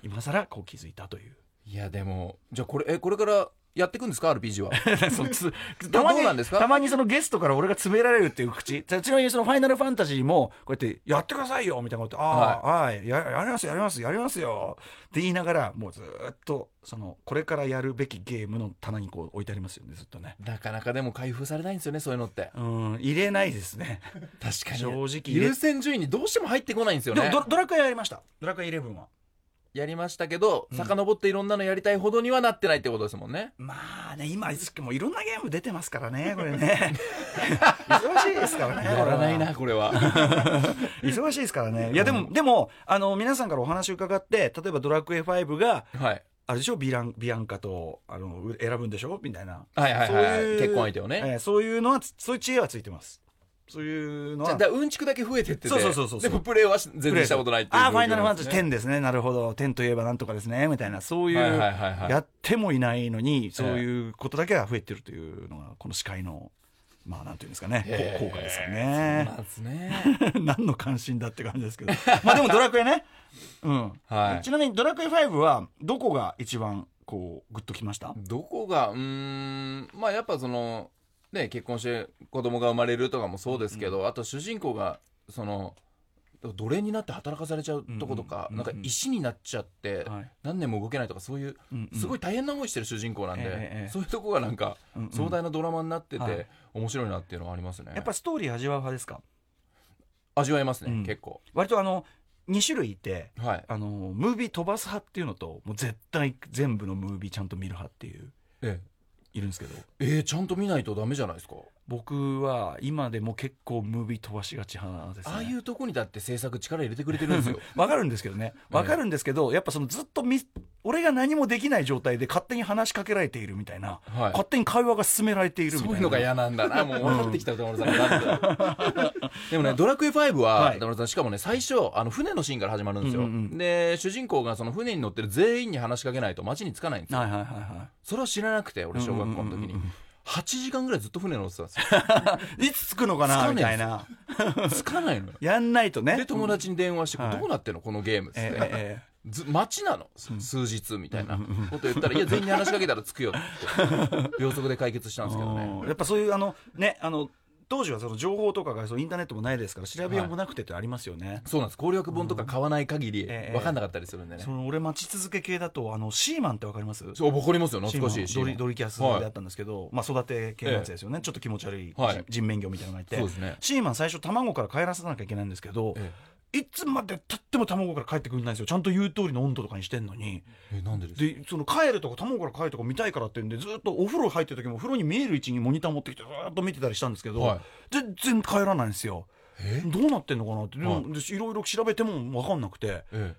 Speaker 1: 今更こう気づいたという
Speaker 3: いやでもじゃあこれえこれからやっていくんですか RPG は
Speaker 1: そのつ
Speaker 3: どどうなんですか
Speaker 1: たまにそのゲストから俺が詰められるっていう口ちなみにその「ファイナルファンタジー」もこうやって「やってくださいよ」みたいなこと「ああ、はい、ややりますやりますやりますよ」って言いながらもうずーっとそのこれからやるべきゲームの棚にこう置いてありますよねずっとね。
Speaker 3: (laughs) なかなかでも開封されないんですよねそういうのって
Speaker 1: うん、入れないですね。
Speaker 3: 確か
Speaker 1: 正直入れ
Speaker 3: 優先順位にどうしても入ってこないんですよ
Speaker 1: でも
Speaker 3: ね
Speaker 1: ドラドラクエやりました。ドラクエ11は。
Speaker 3: やりましたけど、
Speaker 1: うん
Speaker 3: 遡っていろんなのやりたいほどにはなってないってことですもんね。
Speaker 1: まあね、今、いつもいろんなゲーム出てますからね、これ
Speaker 3: (laughs)
Speaker 1: ね。忙しいですからね。
Speaker 3: やらないな、 (laughs) こ
Speaker 1: (laughs)
Speaker 3: れは。
Speaker 1: 忙しいですからね。いや、でも、でも、あの、皆さんからお話伺って、例えばドラクエ5が、
Speaker 3: はい。
Speaker 1: あれでしょ、ビラン、ビアンカと、あの、う選ぶんでしょみたいな。
Speaker 3: はいはいはいはい
Speaker 1: そういう
Speaker 3: 結婚相手をね
Speaker 1: えーそういうのは、つそういう知恵はついてます。そういうの
Speaker 3: じゃ
Speaker 1: は
Speaker 3: あ、だ。からうんちくだけ増えてってて
Speaker 1: そうそうそうそう
Speaker 3: でもプレイはし全然したことないっていう
Speaker 1: ああ、
Speaker 3: 状況
Speaker 1: ファイナルファンタ
Speaker 3: です
Speaker 1: ジ
Speaker 3: ね
Speaker 1: ー10ですね。なるほど。10といえばなんとかですね。みたいな、そういう、
Speaker 3: はいはいはいはい
Speaker 1: やってもいないのに、そういうことだけが増えてるというのが、この司会の、まあ、なんていうんですかね、
Speaker 3: へー
Speaker 1: こう効果ですか
Speaker 3: そう
Speaker 1: ね
Speaker 3: な。んですね。
Speaker 1: (laughs) 何の関心だって感じですけど。まあでもドラクエね。うん。
Speaker 3: はい
Speaker 1: ち。なみにドラクエ5は、どこが一番、こう、グッときました
Speaker 3: どこが、うーん、まあやっぱその、ね、結婚して子供が生まれるとかもそうですけど、あと主人公が、その、奴隷になって働かされちゃうとことか、
Speaker 1: うんうん
Speaker 3: なんか石になっちゃって、
Speaker 1: はい
Speaker 3: 何年も動けないとか、そういう、
Speaker 1: うんうん
Speaker 3: すごい大変な思いしてる主人公なんで、
Speaker 1: ええええ
Speaker 3: そういうとこがなんか、
Speaker 1: うんうん
Speaker 3: 壮大なドラマになってて、
Speaker 1: はい
Speaker 3: 面白いなっていうのはありますね。
Speaker 1: やっぱストーリー味わう派ですか
Speaker 3: 味わえますね、
Speaker 1: うん
Speaker 3: 結構。
Speaker 1: 割とあの、2種類いて、
Speaker 3: はい。
Speaker 1: あの、ムービー飛ばす派っていうのと、もう絶対全部のムービーちゃんと見る派っていう、
Speaker 3: え
Speaker 1: いるんですけど、
Speaker 3: え、ええちゃんと見ないとダメじゃないですか。
Speaker 1: 僕は今でも結構ムービー飛ばしがち派ですね。
Speaker 3: ああいうとこにだって制作力入れてくれてるんです
Speaker 1: (laughs)
Speaker 3: よ。
Speaker 1: わかるんですけどね。わかるんですけど、やっぱそのずっとみ、俺が何もできない状態で勝手に話しかけられているみたいな、
Speaker 3: はい
Speaker 1: 勝手に会話が進められているみたい
Speaker 3: そ
Speaker 1: な。
Speaker 3: ういうのが嫌なん
Speaker 1: (laughs)
Speaker 3: だな。もう分かってきた、歌丸さんがだって。でもね、ドラクエ5は
Speaker 1: は、い
Speaker 3: 歌丸さん、しかもね、最初、あの、船のシーンから始まるんです
Speaker 1: うんうんう
Speaker 3: よ。で、主人公がその船に乗ってる全員に話しかけないと街に着かないんですよ。
Speaker 1: はいはいはいは
Speaker 3: それを知らなくて、俺、小学校の
Speaker 1: うんうん
Speaker 3: 時
Speaker 1: うんう
Speaker 3: に
Speaker 1: んうん。
Speaker 3: 8時間ぐらいずっと船乗ってた
Speaker 1: (laughs)
Speaker 3: んです
Speaker 1: い。いつ着くのか
Speaker 3: 着
Speaker 1: な
Speaker 3: かねえ
Speaker 1: みたいな。
Speaker 3: よ。着かないのよ。
Speaker 1: やんないとね。
Speaker 3: で、友達に電話して、
Speaker 1: はい
Speaker 3: どうなってんのこのゲームっつっ
Speaker 1: ええ
Speaker 3: て。
Speaker 1: え
Speaker 3: ず街なのす数日みたいなこと言ったら、いや、全員に話しかけたら着くよって
Speaker 1: (laughs)
Speaker 3: 言って。秒速で解決したん
Speaker 1: え
Speaker 3: ですけどね。
Speaker 1: うんやっぱそういう、あの、ね、あの、当時はその情報とかがそうインターネットもないですから、調べようもなくてってありますよね。
Speaker 3: そうなんです。攻略本とか買わない限り、
Speaker 1: ええ
Speaker 3: 分かんなかったりするんでね
Speaker 1: そ。の俺待ち続け系だと、あの、シーマンってわかります
Speaker 3: そう、わかりますよ、懐かしい
Speaker 1: シーマンドリドリキャスであ
Speaker 3: は
Speaker 1: ったんですけど、まあ育て系のやつですよね。ちょっと気持ち悪い
Speaker 3: はい
Speaker 1: 人面魚みたいなのがい
Speaker 3: い
Speaker 1: て。
Speaker 3: そうですね。
Speaker 1: シーマン最初卵から帰らさなきゃいけないんですけど、
Speaker 3: え
Speaker 1: いつまでたっても卵から帰ってくれないんですよちゃんと言う通りの温度とかにしてんのに
Speaker 3: え、なんでですか
Speaker 1: でその帰るとか卵から帰るとか見たいからって言うんでずっとお風呂入ってる時もお風呂に見える位置にモニター持ってきてずーっと見てたりしたんですけど、
Speaker 3: はい
Speaker 1: 全然帰らないんですよ
Speaker 3: え
Speaker 1: どうなってんのかなってでも
Speaker 3: はい
Speaker 1: でいろいろ調べても分かんなくて
Speaker 3: え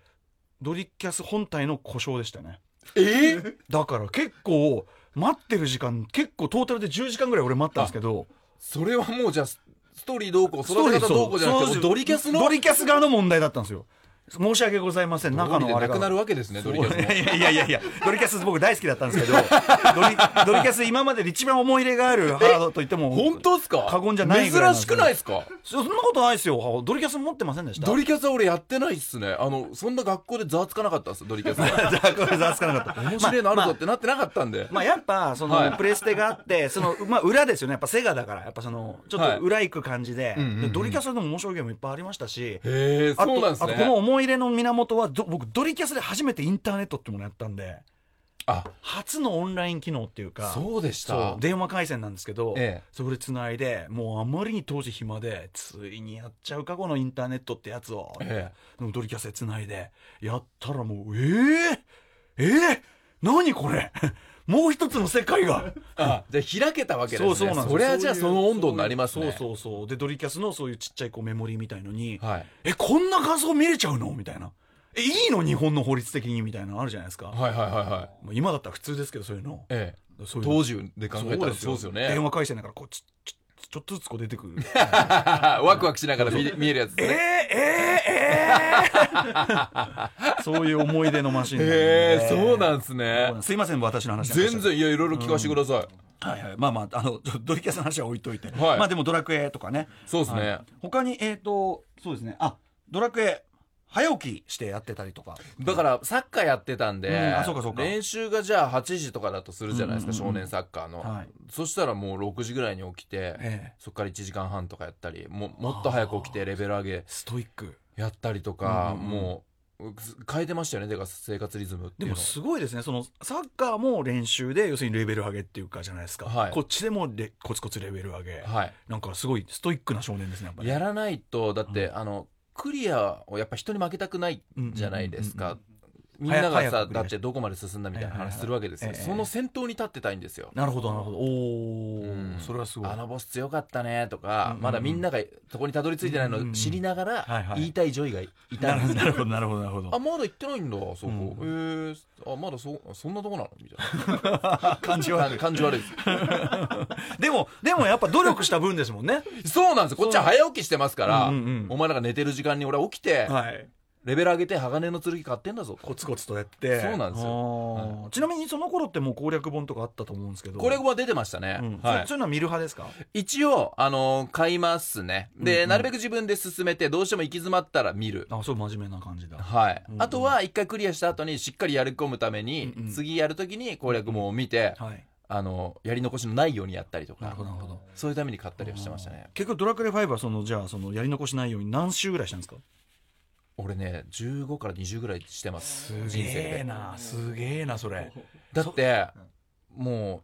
Speaker 1: ドリキャス本体の故障でしたね
Speaker 3: え
Speaker 1: だから結構待ってる時間結構トータルで10時間ぐらい俺待ったんですけど
Speaker 3: それはもうじゃあ、スストーリーどうこう、育て方どうこうじゃなくて、もうドリキャスの、
Speaker 1: ドリキャス側の問題だったんですよ申し訳ございません中
Speaker 3: ドリで
Speaker 1: のあれ
Speaker 3: な
Speaker 1: が
Speaker 3: くなるわけですね、ドリキャスも。
Speaker 1: いやいやいやいや、ドリキャス僕大好きだったんですけど、ドリドリキャス今までで一番思い入れがあるハードと言っても、
Speaker 3: 本当ですか
Speaker 1: 過言じゃないぐらいなんで
Speaker 3: 珍
Speaker 1: す
Speaker 3: し
Speaker 1: ね
Speaker 3: くないですか
Speaker 1: そそんなことないですよ。ドリキャス持ってませんでした。
Speaker 3: ドリキャスは俺やってないっすね。あの、そんな学校でざわつかなかったっす、ドリキャスは。
Speaker 1: じゃあこれざ (laughs) わつかなかった。
Speaker 3: 面白いのあるぞってなってなかったんで。
Speaker 1: まあやっぱその、
Speaker 3: はい
Speaker 1: プレステがあってそ
Speaker 3: (laughs)
Speaker 1: の、まあ、裏ですよねやっぱセガだからやっぱそのちょっ
Speaker 3: はい
Speaker 1: と裏行く感じで,、
Speaker 3: うんうんうん
Speaker 1: でドリキャスでも面白いゲームいっぱいありましたし
Speaker 3: へえ、
Speaker 1: あ
Speaker 3: そう
Speaker 1: と
Speaker 3: なんです
Speaker 1: あとこの
Speaker 3: ね。
Speaker 1: 思い入れの源はど僕ドリキャスで初めてインターネットってものやったんで
Speaker 3: あ、
Speaker 1: 初のオンライン機能っていうか
Speaker 3: そうでし
Speaker 1: そ
Speaker 3: た
Speaker 1: う。電話回線なんですけど、
Speaker 3: ええ
Speaker 1: そこでつないでもうあまりに当時暇でついにやっちゃうかこのインターネットってやつを、
Speaker 3: え
Speaker 1: でもドリキャスでつないでやったらもうええええ何これ (laughs) もう一つの世界が
Speaker 3: あ、じゃあ開けたわけですね。
Speaker 1: そうそうなんです
Speaker 3: それはじゃあ
Speaker 1: ういう
Speaker 3: その温度になりますね。
Speaker 1: そういうそうそうそうでドリキャスのそういうちっちゃいこうメモリーみたいのに、
Speaker 3: はい。
Speaker 1: えこんな画像見れちゃうのみたいなえいいの日本の法律的にみたいなのあるじゃないですか、
Speaker 3: はいはいはいはい。
Speaker 1: もう今だったら普通ですけどそういうの
Speaker 3: ええ。
Speaker 1: そういうの
Speaker 3: 当時で考えたらそうですよね。
Speaker 1: 電話回線だからこうちちちょっとずつこう出てくる
Speaker 3: (laughs) ワクワクしながら見見えるやつ
Speaker 1: え
Speaker 3: ですね。
Speaker 1: えええそういう思い出のマシンなんで
Speaker 3: へえそ
Speaker 1: そ
Speaker 3: うなんです
Speaker 1: うな
Speaker 3: ね
Speaker 1: ん。ですすいません私の話なんで
Speaker 3: 全然、いや、いろいろ聞かせてください。
Speaker 1: はいはいまあまああのちょドリキャスの話は置いといて、
Speaker 3: はい
Speaker 1: まあでもドラクエとかね
Speaker 3: そうですね。
Speaker 1: 他にえっ、とそうですねあドラクエ早起きしてやってたりとか
Speaker 3: だから、サッカーやってたんで、
Speaker 1: うんあそうかそうか
Speaker 3: 練習がじゃあ8時とかだとするじゃないですか、
Speaker 1: うんうんうん
Speaker 3: 少年サッカーの、
Speaker 1: はい
Speaker 3: そしたらもう6時ぐらいに起きて、
Speaker 1: ええ
Speaker 3: そっから1時間半とかやったり、ももっと早く起きてレベル上げ
Speaker 1: ストイック
Speaker 3: やったりとか、
Speaker 1: うんうんうん
Speaker 3: もう、変えてましたよね、てか生活リズムって
Speaker 1: で
Speaker 3: いうの
Speaker 1: もすごいですねそのサッカーも練習で要するにレベル上げっていうかじゃないですか、
Speaker 3: はい
Speaker 1: こっちでもレコツコツレベル上げ、
Speaker 3: はい。
Speaker 1: なんかすごいストイックな少年ですねやっぱり
Speaker 3: やらないと、だって、あの、クリアをやっぱ人に負けたくないじゃないです
Speaker 1: うん
Speaker 3: か。みんな
Speaker 1: 早
Speaker 3: が
Speaker 1: く早
Speaker 3: さ
Speaker 1: く繰り
Speaker 3: だ
Speaker 1: 返
Speaker 3: っ
Speaker 1: して
Speaker 3: どこまで進んだみたいな
Speaker 1: はいはい
Speaker 3: 話
Speaker 1: はい
Speaker 3: するわけですよ、
Speaker 1: ええ
Speaker 3: その先頭に立ってたいんですよ、
Speaker 1: なるほどなるほどおお、
Speaker 3: うん
Speaker 1: それはすごい
Speaker 3: あのボス強かったねとか、
Speaker 1: うんうん
Speaker 3: まだみんながそこにたどり着いてないのを知りなが
Speaker 1: はい
Speaker 3: ら
Speaker 1: はい
Speaker 3: 言いたいジョイがいた
Speaker 1: なんる
Speaker 3: です
Speaker 1: ほ
Speaker 3: よ
Speaker 1: どなるほどなるほどなるほど
Speaker 3: あまだ行ってないんだそこ、
Speaker 1: うん
Speaker 3: えー、あまだそそんなとこなのみたい
Speaker 1: (laughs) 感じ
Speaker 3: な
Speaker 1: は
Speaker 3: 感感じ悪いで
Speaker 1: (laughs) でもでもやっぱ努力した分ですもんね
Speaker 3: すそうなんですよこっちは早起きしてますから、
Speaker 1: うんうんうん
Speaker 3: お前なんか寝てる時間に俺は起きて、
Speaker 1: はい
Speaker 3: レベル上げて鋼の剣買ってんだぞ
Speaker 1: コツコツとやって
Speaker 3: そうなんですよ
Speaker 1: あーちなみにその頃ってもう攻略本とかあったと思うんですけど
Speaker 3: これは出てましたね、
Speaker 1: うんそ
Speaker 3: はい
Speaker 1: そういうのは見る派ですか
Speaker 3: 一応、あのー買いますね。で、
Speaker 1: うんうん
Speaker 3: なるべく自分で進めて、どうしても行き詰まったら見る。
Speaker 1: あそう真面目な感じだ
Speaker 3: はい。
Speaker 1: うんうん
Speaker 3: あとは、一回クリアした後に、しっかりやり込むために、
Speaker 1: うんうん
Speaker 3: 次やるときに攻略網を見て、
Speaker 1: はい
Speaker 3: あのーやり残しのないようにやったりと
Speaker 1: なる
Speaker 3: か
Speaker 1: ほ、どなるほど
Speaker 3: そういうために買ったりはしてましたね。
Speaker 1: 結局ドラクエ5はそのじゃあそのやり残しないように何周ぐらいしたんですか
Speaker 3: 俺ね、15から20ぐらいしてます。
Speaker 1: す
Speaker 3: 人生で。
Speaker 1: なすげえなそれ
Speaker 3: だって、も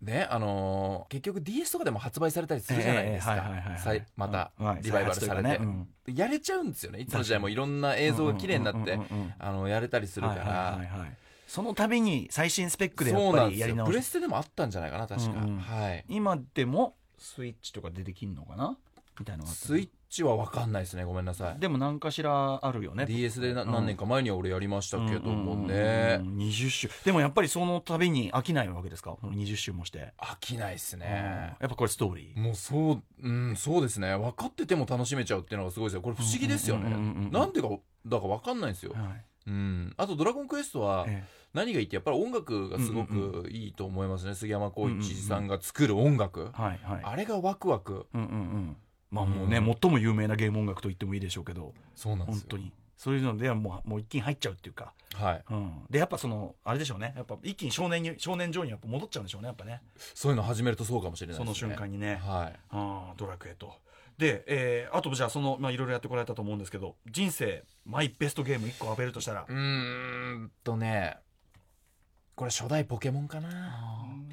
Speaker 3: う、ね、あのー結局 DS とかでも発売されたりするじゃないです
Speaker 1: ええええはいはいはいは
Speaker 3: か。
Speaker 1: い
Speaker 3: さいまた
Speaker 1: はい、
Speaker 3: リバイバルさ
Speaker 1: 再発とい
Speaker 3: れて
Speaker 1: うかねうん。
Speaker 3: やれちゃうんですよね。いつの時代もいろんな映像が綺麗になっ
Speaker 1: う
Speaker 3: て
Speaker 1: んうん、うんうんうん
Speaker 3: あのやれたりするか
Speaker 1: はい
Speaker 3: ら
Speaker 1: はいはいはいその度に最新スペックでや
Speaker 3: そ
Speaker 1: っ
Speaker 3: うな
Speaker 1: ぱ
Speaker 3: んで
Speaker 1: りや
Speaker 3: す
Speaker 1: り
Speaker 3: よ
Speaker 1: 直
Speaker 3: プレ
Speaker 1: し
Speaker 3: ステでもあったんじゃないかな確か、
Speaker 1: うんうん
Speaker 3: はい
Speaker 1: 今でもスイッチとか出てきんのかなみたいなのがあった
Speaker 3: スイッチは分かんないですねごめんなさい
Speaker 1: でも何かしらあるよね
Speaker 3: DS でな
Speaker 1: うん
Speaker 3: 何年か前には俺やりましたけども
Speaker 1: うん
Speaker 3: ね
Speaker 1: うんうんうん20周でもやっぱりその度に飽きないわけですかこの20周もして
Speaker 3: 飽きないです
Speaker 1: うんや
Speaker 3: ね
Speaker 1: っぱこれストーリー
Speaker 3: もうそううんそうですね分かってても楽しめちゃうっていうのがすごいですよこれ不思議ですよ
Speaker 1: うんうんうんうんう
Speaker 3: ね
Speaker 1: ん
Speaker 3: なんでかだか分かんないんですよ、
Speaker 1: はい
Speaker 3: うん、あと「ドラゴンクエスト」は
Speaker 1: え
Speaker 3: 何がいいってやっぱり音楽がす
Speaker 1: う
Speaker 3: ご
Speaker 1: ん
Speaker 3: くいいと思いますね杉山浩一さんが作る音楽
Speaker 1: えはいはい
Speaker 3: あれがワクワク
Speaker 1: うんうんうんまあもうね、
Speaker 3: うん
Speaker 1: 最も有名なゲーム音楽と言ってもいいでしょうけど
Speaker 3: そうなんで
Speaker 1: 本
Speaker 3: すよ
Speaker 1: 当にそういうのではもうもう一気に入っちゃうっていうか、
Speaker 3: はい
Speaker 1: うん、でやっぱそのあれでしょうねやっぱ一気に少年に少年上にやっぱ戻っちゃうんでしょうねやっぱね
Speaker 3: そういうの始めるとそうかもしれないです
Speaker 1: そ
Speaker 3: ね
Speaker 1: の瞬間にね、
Speaker 3: はい
Speaker 1: あードラクエとで、えーあとじゃあそのまあいろいろやってこられたと思うんですけど人生マイベストゲーム1個当てるとしたら、
Speaker 3: うーんとねこれ初代ポケモンかな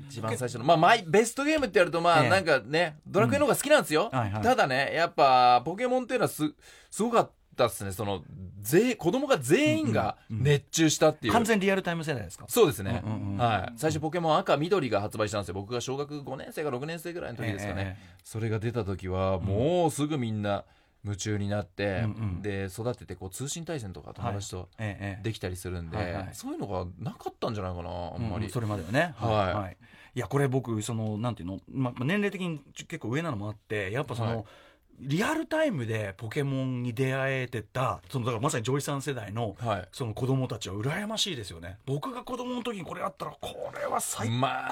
Speaker 3: 一番最初のまあマイベストゲームってやるとまあ
Speaker 1: ええ
Speaker 3: なんかねドラクエの方が好きなんですよ、
Speaker 1: うんはいはい
Speaker 3: ただねやっぱポケモンっていうのはすすごかったっすねその全子供が全員が熱中したっていう、
Speaker 1: 完全リアルタイム世代ですか
Speaker 3: そうですね、
Speaker 1: うんうんうん
Speaker 3: はい、最初ポケモン赤緑が発売したんですよ僕が小学5年生か6年生ぐらいの時ですかね、
Speaker 1: ええ
Speaker 3: それが出た時はもうすぐみんな夢中になって、
Speaker 1: うんうん
Speaker 3: で育ててこう通信対戦とか友達と
Speaker 1: ええええ
Speaker 3: できたりするんで、
Speaker 1: はいはい
Speaker 3: そういうのがなかったんじゃないかなあ
Speaker 1: あ
Speaker 3: んまり、
Speaker 1: それまではね
Speaker 3: はい
Speaker 1: いいやこれ僕そのなんていうの、まま年齢的にちょ結構上なのもあってやっぱその、
Speaker 3: はい
Speaker 1: リアルタイムでポケモンに出会えてたそのだからまさにジョイさん世代の
Speaker 3: はい
Speaker 1: その子供たちは羨ましいですよね僕が子供の時にこれあったらこれは最高に
Speaker 3: ま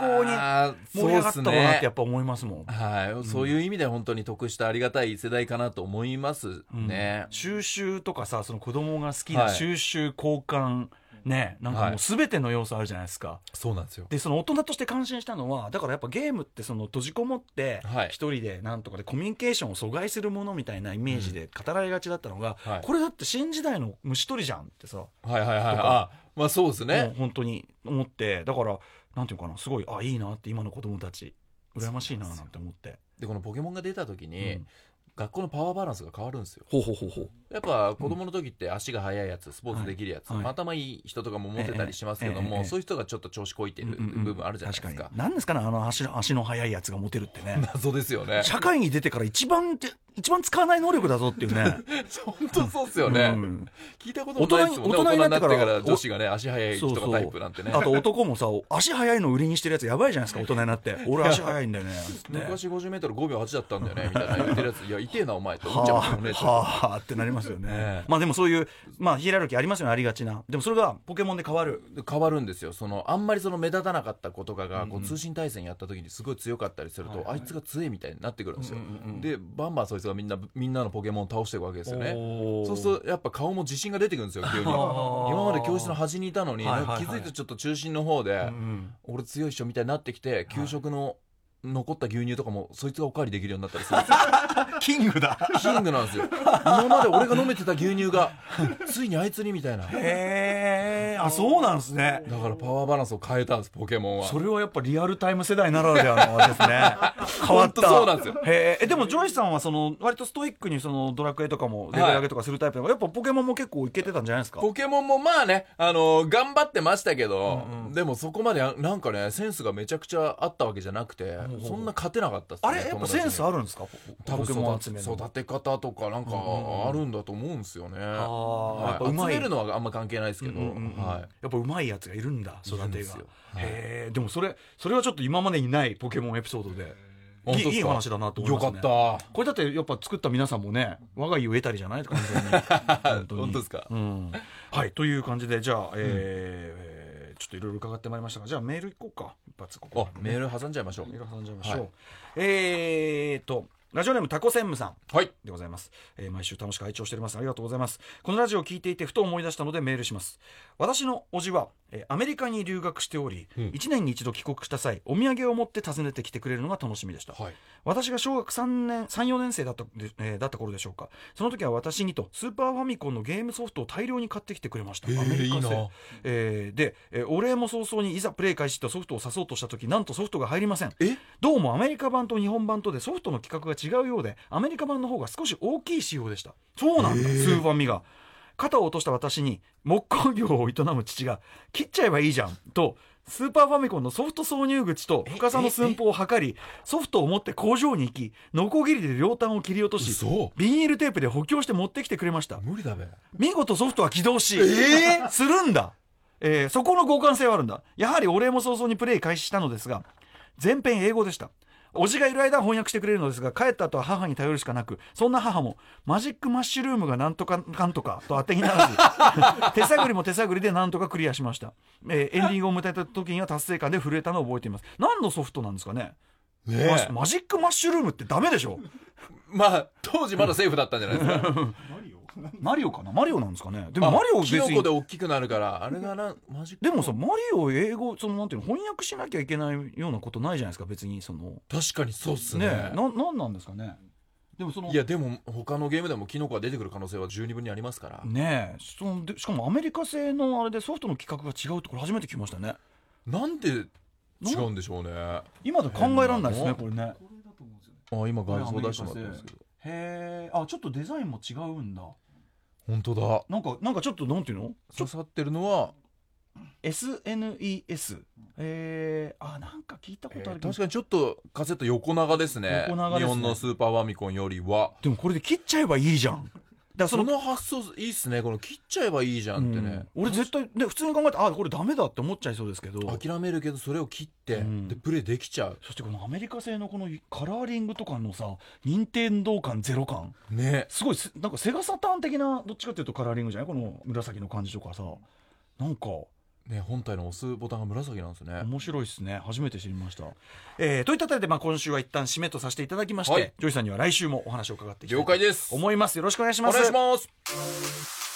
Speaker 3: あ
Speaker 1: 盛り上がったわなってやっ
Speaker 3: そうっ
Speaker 1: ぱ思いますもん
Speaker 3: すねはい、そういう意味で本当に得したありがたい世代かなと思いますね、
Speaker 1: 収集とかさその子供が好き
Speaker 3: は
Speaker 1: ない収集交換、ねなんか
Speaker 3: は
Speaker 1: も
Speaker 3: いう
Speaker 1: 全ての要素あるじゃないですか、
Speaker 3: そうなんですよ
Speaker 1: でその大人として感心したのはだからやっぱゲームってその閉じこもって
Speaker 3: はい
Speaker 1: 一人でなんとかでコミュニケーションを阻害するものみたいなイメージで語られがちだったのが、
Speaker 3: はい
Speaker 1: これだって新時代の虫取りじゃんってさ、
Speaker 3: はいはいはい
Speaker 1: と
Speaker 3: あまあそうです
Speaker 1: も
Speaker 3: ね
Speaker 1: う本当に思ってだからなんていうのかなすごいあいいなって今の子供たち羨ましいななんて思って。
Speaker 3: でこのポケモンが出た時に、
Speaker 1: うん
Speaker 3: 学校のパワーバランスが変わるんですよ
Speaker 1: ほうほうほうほう
Speaker 3: やっぱ子供の時って足が速いやつ、スポーツできるやつ、
Speaker 1: はいはい
Speaker 3: 頭いい人とかも持ってたりしますけども、
Speaker 1: ええええ
Speaker 3: そういう人がちょっと調子こいてる部分あるじゃないですか,、
Speaker 1: うんうんうん確かに何ですかねあの足の足の速いやつがモテるってね
Speaker 3: (laughs) 謎ですよね
Speaker 1: 社会に出てから一番って一番使わない能力だぞっていうね
Speaker 3: 本当そう (laughs) っすよね、
Speaker 1: うん
Speaker 3: 聞いたこともないですもんね
Speaker 1: 大人
Speaker 3: 大人に
Speaker 1: に
Speaker 3: な
Speaker 1: な
Speaker 3: っ
Speaker 1: ってて
Speaker 3: か
Speaker 1: から
Speaker 3: ら女子がね足早い人がタイプなんてね
Speaker 1: あと男もさ足速いの売りにしてるやつやばいじゃないですか大人になって俺足速いんだよ
Speaker 3: (laughs)
Speaker 1: ねつって
Speaker 3: 昔 50m5 秒8だったんだよねみたいな言ってるやつ「いや痛えなお前」って思っちゃう
Speaker 1: は
Speaker 3: もんね
Speaker 1: あ、はあってなりますよね、
Speaker 3: ええ
Speaker 1: まあでもそういう、まあ、ヒエラルキーありますよねありがちなでもそれがポケモンで変わる
Speaker 3: 変わるんですよそのあんまりその目立たなかった子とかがこう通信対戦やった時にすごい強かったりすると、あいつが強いみたいになってくるんですよ、でバンバンそいつがみんなみんなのポケモンを倒していくわけですよね
Speaker 1: おー
Speaker 3: そうするとやっぱ顔も自信が出てくるんで
Speaker 1: (laughs)
Speaker 3: すよ急に
Speaker 1: ー
Speaker 3: 今まで教室の端にいたのに、
Speaker 1: はいはいはい
Speaker 3: なんか気づいてちょっと中心の方で、
Speaker 1: うん
Speaker 3: 俺強いっしょみたいになってきて給食の残った牛乳とかもそいつがおかわりできるようになっ
Speaker 1: (laughs)
Speaker 3: たりするんですよ
Speaker 1: キングだ
Speaker 3: キングなんですよ今まで俺が飲めてた牛乳が (laughs) ついにあいつにみたいなだか
Speaker 1: へえあそうなんですね
Speaker 3: らパワーバランスを変えたんですポケモンは
Speaker 1: それはやっぱリアルタイム世代ならではのあれです
Speaker 3: (laughs)
Speaker 1: ね変わった
Speaker 3: 本当そうなんですよ
Speaker 1: へーえでもジョイさんはその割とストイックにそのドラクエとかもレベル上げとかするタイプだから、やっぱポケモンも結構いけてたんじゃないですか
Speaker 3: ポケモンもまあね、あのー頑張ってましたけど、でもそこまであなんかねセンスがめちゃくちゃあったわけじゃなくて、そんな勝てなかったっすね
Speaker 1: あれやっぱセンスあるんですかポポ
Speaker 3: 多分
Speaker 1: ケ
Speaker 3: 育
Speaker 1: モン集めの
Speaker 3: 育て方とかなんかあるんだと思うんですよね、
Speaker 1: ーやっぱう
Speaker 3: はい、集
Speaker 1: まい
Speaker 3: めるのはあんま関係ないですけど、
Speaker 1: うんうんうん
Speaker 3: はい、
Speaker 1: やっぱうまいやつがいるんだ育
Speaker 3: いるん
Speaker 1: て
Speaker 3: で
Speaker 1: が
Speaker 3: すよ
Speaker 1: へえでもそれそれはちょっと今までにないポケモンエピソードで
Speaker 3: 本当っす
Speaker 1: い
Speaker 3: か
Speaker 1: いいい話だなと思いますね
Speaker 3: よかった
Speaker 1: これだってやっぱ作った皆さんもね我が家を得たりじゃない完全に本
Speaker 3: (laughs)
Speaker 1: 当に
Speaker 3: 本当ですか
Speaker 1: うん、はいという感じでじゃあ、えーえーちょっといろいろ伺ってまいりましたがじゃあメールいこうか一発ここ
Speaker 3: あメール挟んじゃいましょ
Speaker 1: メー
Speaker 3: う
Speaker 1: ル挟んじゃいましょう、
Speaker 3: はい
Speaker 1: えーっとラジオネームタコ専務さん
Speaker 3: はい
Speaker 1: でございます、えー毎週楽しく拝聴しておりますありがとうございますこのラジオを聞いていてふと思い出したのでメールします私の叔父は、えーアメリカに留学しており、
Speaker 3: うん
Speaker 1: 1年に一度帰国した際お土産を持って訪ねてきてくれるのが楽しみでした、
Speaker 3: はい
Speaker 1: 私が小学3年34年生だった,で、えーだった頃でしょうかその時は私にとスーパーファミコンのゲームソフトを大量に買ってきてくれました
Speaker 3: へー
Speaker 1: アメリカ
Speaker 3: いい
Speaker 1: 製
Speaker 3: な
Speaker 1: えーで、えーお礼も早々にいざプレイ開始とソフトを刺そうとした時なんとソフトが入りません
Speaker 3: え
Speaker 1: どうもアメリカ版と日本版とでソフトの規格が違うようでアメリカ版の方が少し大きい仕様でしたそうなんだ、スーファミが肩を落とした私に木工業を営む父が「切っちゃえばいいじゃん」とスーパーファミコンのソフト挿入口と深さの寸法を測りソフトを持って工場に行きノコギリで両端を切り落とし
Speaker 3: 嘘
Speaker 1: ビニールテープで補強して持ってきてくれました
Speaker 3: 無理だべ
Speaker 1: 見事ソフトは起動し、するんだ、えーそこの互換性はあるんだやはりお礼も早々にプレイ開始したのですが全編英語でしたおじがいる間は翻訳してくれるのですが帰った後は母に頼るしかなくそんな母もマジックマッシュルームがなんとかかんとかと当てにならず
Speaker 3: (laughs)
Speaker 1: 手探りも手探りでなんとかクリアしました、えーエンディングを迎えた時には達成感で震えたのを覚えています何のソフトなんですかね
Speaker 3: ねえ
Speaker 1: ママジックマッシュルームってダメでしょ
Speaker 3: まあ当時まだセーフだったんじゃないですか
Speaker 1: マリオかなマリオなんですか (laughs) ねでもマリオ別
Speaker 3: キノ
Speaker 1: に
Speaker 3: コで大きくなるからあれがなマジック
Speaker 1: でもさマリオを英語そのなんていうの翻訳しなきゃいけないようなことないじゃないですか別にその
Speaker 3: 確かにそうっす
Speaker 1: ね
Speaker 3: ね
Speaker 1: えななんなんですかねでもその
Speaker 3: いやでも他のゲームでもキノコが出てくる可能性は十二分にありますから
Speaker 1: ねえそのでしかもアメリカ製のあれでソフトの規格が違うところ初めて聞きましたね
Speaker 3: なんで違うんでしょうねあ
Speaker 1: 今で考えられないですね
Speaker 3: 変なの
Speaker 1: これね
Speaker 3: 今画像出してもらったんですけど
Speaker 1: へえあちょっとデザインも違うんだ
Speaker 3: 本当だ
Speaker 1: なんかなんかちょっとなんていうの
Speaker 3: 刺さってるのは、
Speaker 1: SNES えー、あなんか聞いたこ
Speaker 3: えー
Speaker 1: とあるけど、
Speaker 3: 確かにちょっとカセット横長ですね
Speaker 1: 横長ですね
Speaker 3: 日本のスーパーファミコンよりは
Speaker 1: でもこれで切っちゃえばいいじゃんだから
Speaker 3: その発想いいっすねこの切っちゃえばいいじゃんってね、
Speaker 1: うん俺絶対ね普通に考えてあこれダメだって思っちゃいそうですけど
Speaker 3: 諦めるけどそれを切って、
Speaker 1: うん
Speaker 3: でプレイできちゃう
Speaker 1: そしてこのアメリカ製のこのカラーリングとかのさ任天堂感ゼロ感
Speaker 3: ね
Speaker 1: すごいすなんかセガサターン的などっちかっていうとカラーリングじゃないこの紫の感じとかさなんか
Speaker 3: ね本体の押すボタンが紫なんですね
Speaker 1: 面白いですね初めて知りました、えーといったあたりで、まあ、今週は一旦締めとさせていただきまして、
Speaker 3: はい
Speaker 1: ジョイさんには来週もお話を伺っていきたい
Speaker 3: 了解です
Speaker 1: と思いますよろしくお願いし
Speaker 3: お
Speaker 1: ます
Speaker 3: 願いします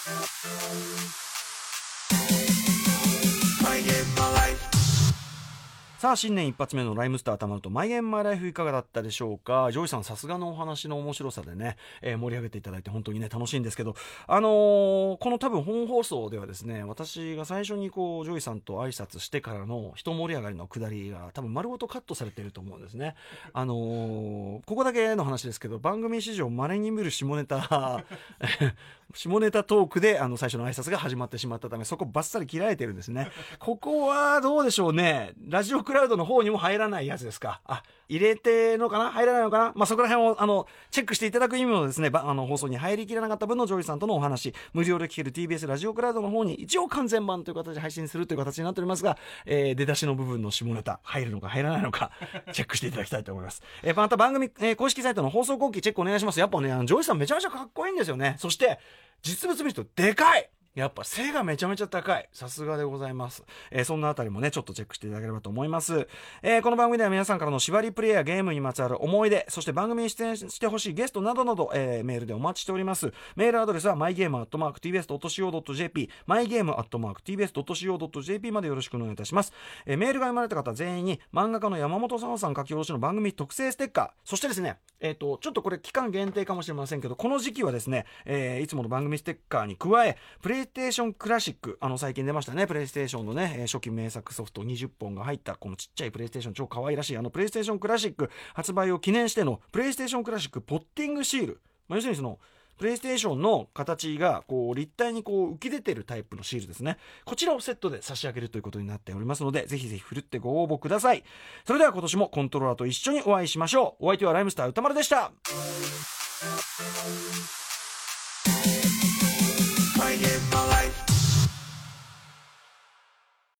Speaker 4: さあ新年一発目のライムスターたまるとマイゲームマイライフいかがだったでしょうかジョイさんさすがのお話の面白さでね、えー盛り上げていただいて本当にね楽しいんですけどあのーこの多分本放送ではですね私が最初にこうジョイさんと挨拶してからの一盛り上がりのくだりが多分丸ごとカットされていると思うんですねあのーここだけの話ですけど番組史上稀に見る下ネタ (laughs) 下ネタトークであの最初の挨拶が始まってしまったためそこバッサリ切られてるんですね (laughs) ここはどうでしょうねラジオクラウドの方にも入らないやつですかあ入れてのかな入らないのかなまあそこら辺をあのチェックしていただく意味もですねばあの放送に入りきらなかった分のジョイさんとのお話無料で聞ける TBS ラジオクラウドの方に一応完全版という形で配信するという形になっておりますが、えー出だしの部分の下ネタ入るのか入らないのかチェックしていただきたいと思います、えーまた番組、えー公式サイトの放送後期チェックお願いしますやっぱねあのジョイさんめちゃめちゃかっこいいんですよねそして実物見るとでかい
Speaker 1: やっぱ背がめちゃめちゃ高い。さすがでございます。えーそんなあたりもね、ちょっとチェックしていただければと思います。えーこの番組では皆さんからの縛りプレイやゲームにまつわる思い出、そして番組に出演してほしいゲストなどなど、えーメールでお待ちしております。メールアドレスは mygame.tbs.co.jp、mygame.tbs.co.jp までよろしくお願いいたします。えーメールが読まれた方全員に漫画家の山本さんさん書き下ろしの番組特製ステッカー、そしてですね、えっ、と、ちょっとこれ期間限定かもしれませんけど、この時期はですね、えーいつもの番組ステッカーに加え、プレイステーションクラシック、あの最近出ましたね、プレイステーションのね、えー初期名作ソフト20本が入った、このちっちゃいプレイステーション超可愛らしい、あのプレイステーションクラシック発売を記念しての、プレイステーションクラシックポッティングシール。まあ、要するにその、プレイステーションの形がこう立体にこう浮き出てるタイプのシールですね。こちらをセットで差し上げるということになっておりますので、ぜひぜひふるってご応募ください。それでは今年もコントローラーと一緒にお会いしましょう。お相手はライムスター歌丸でした。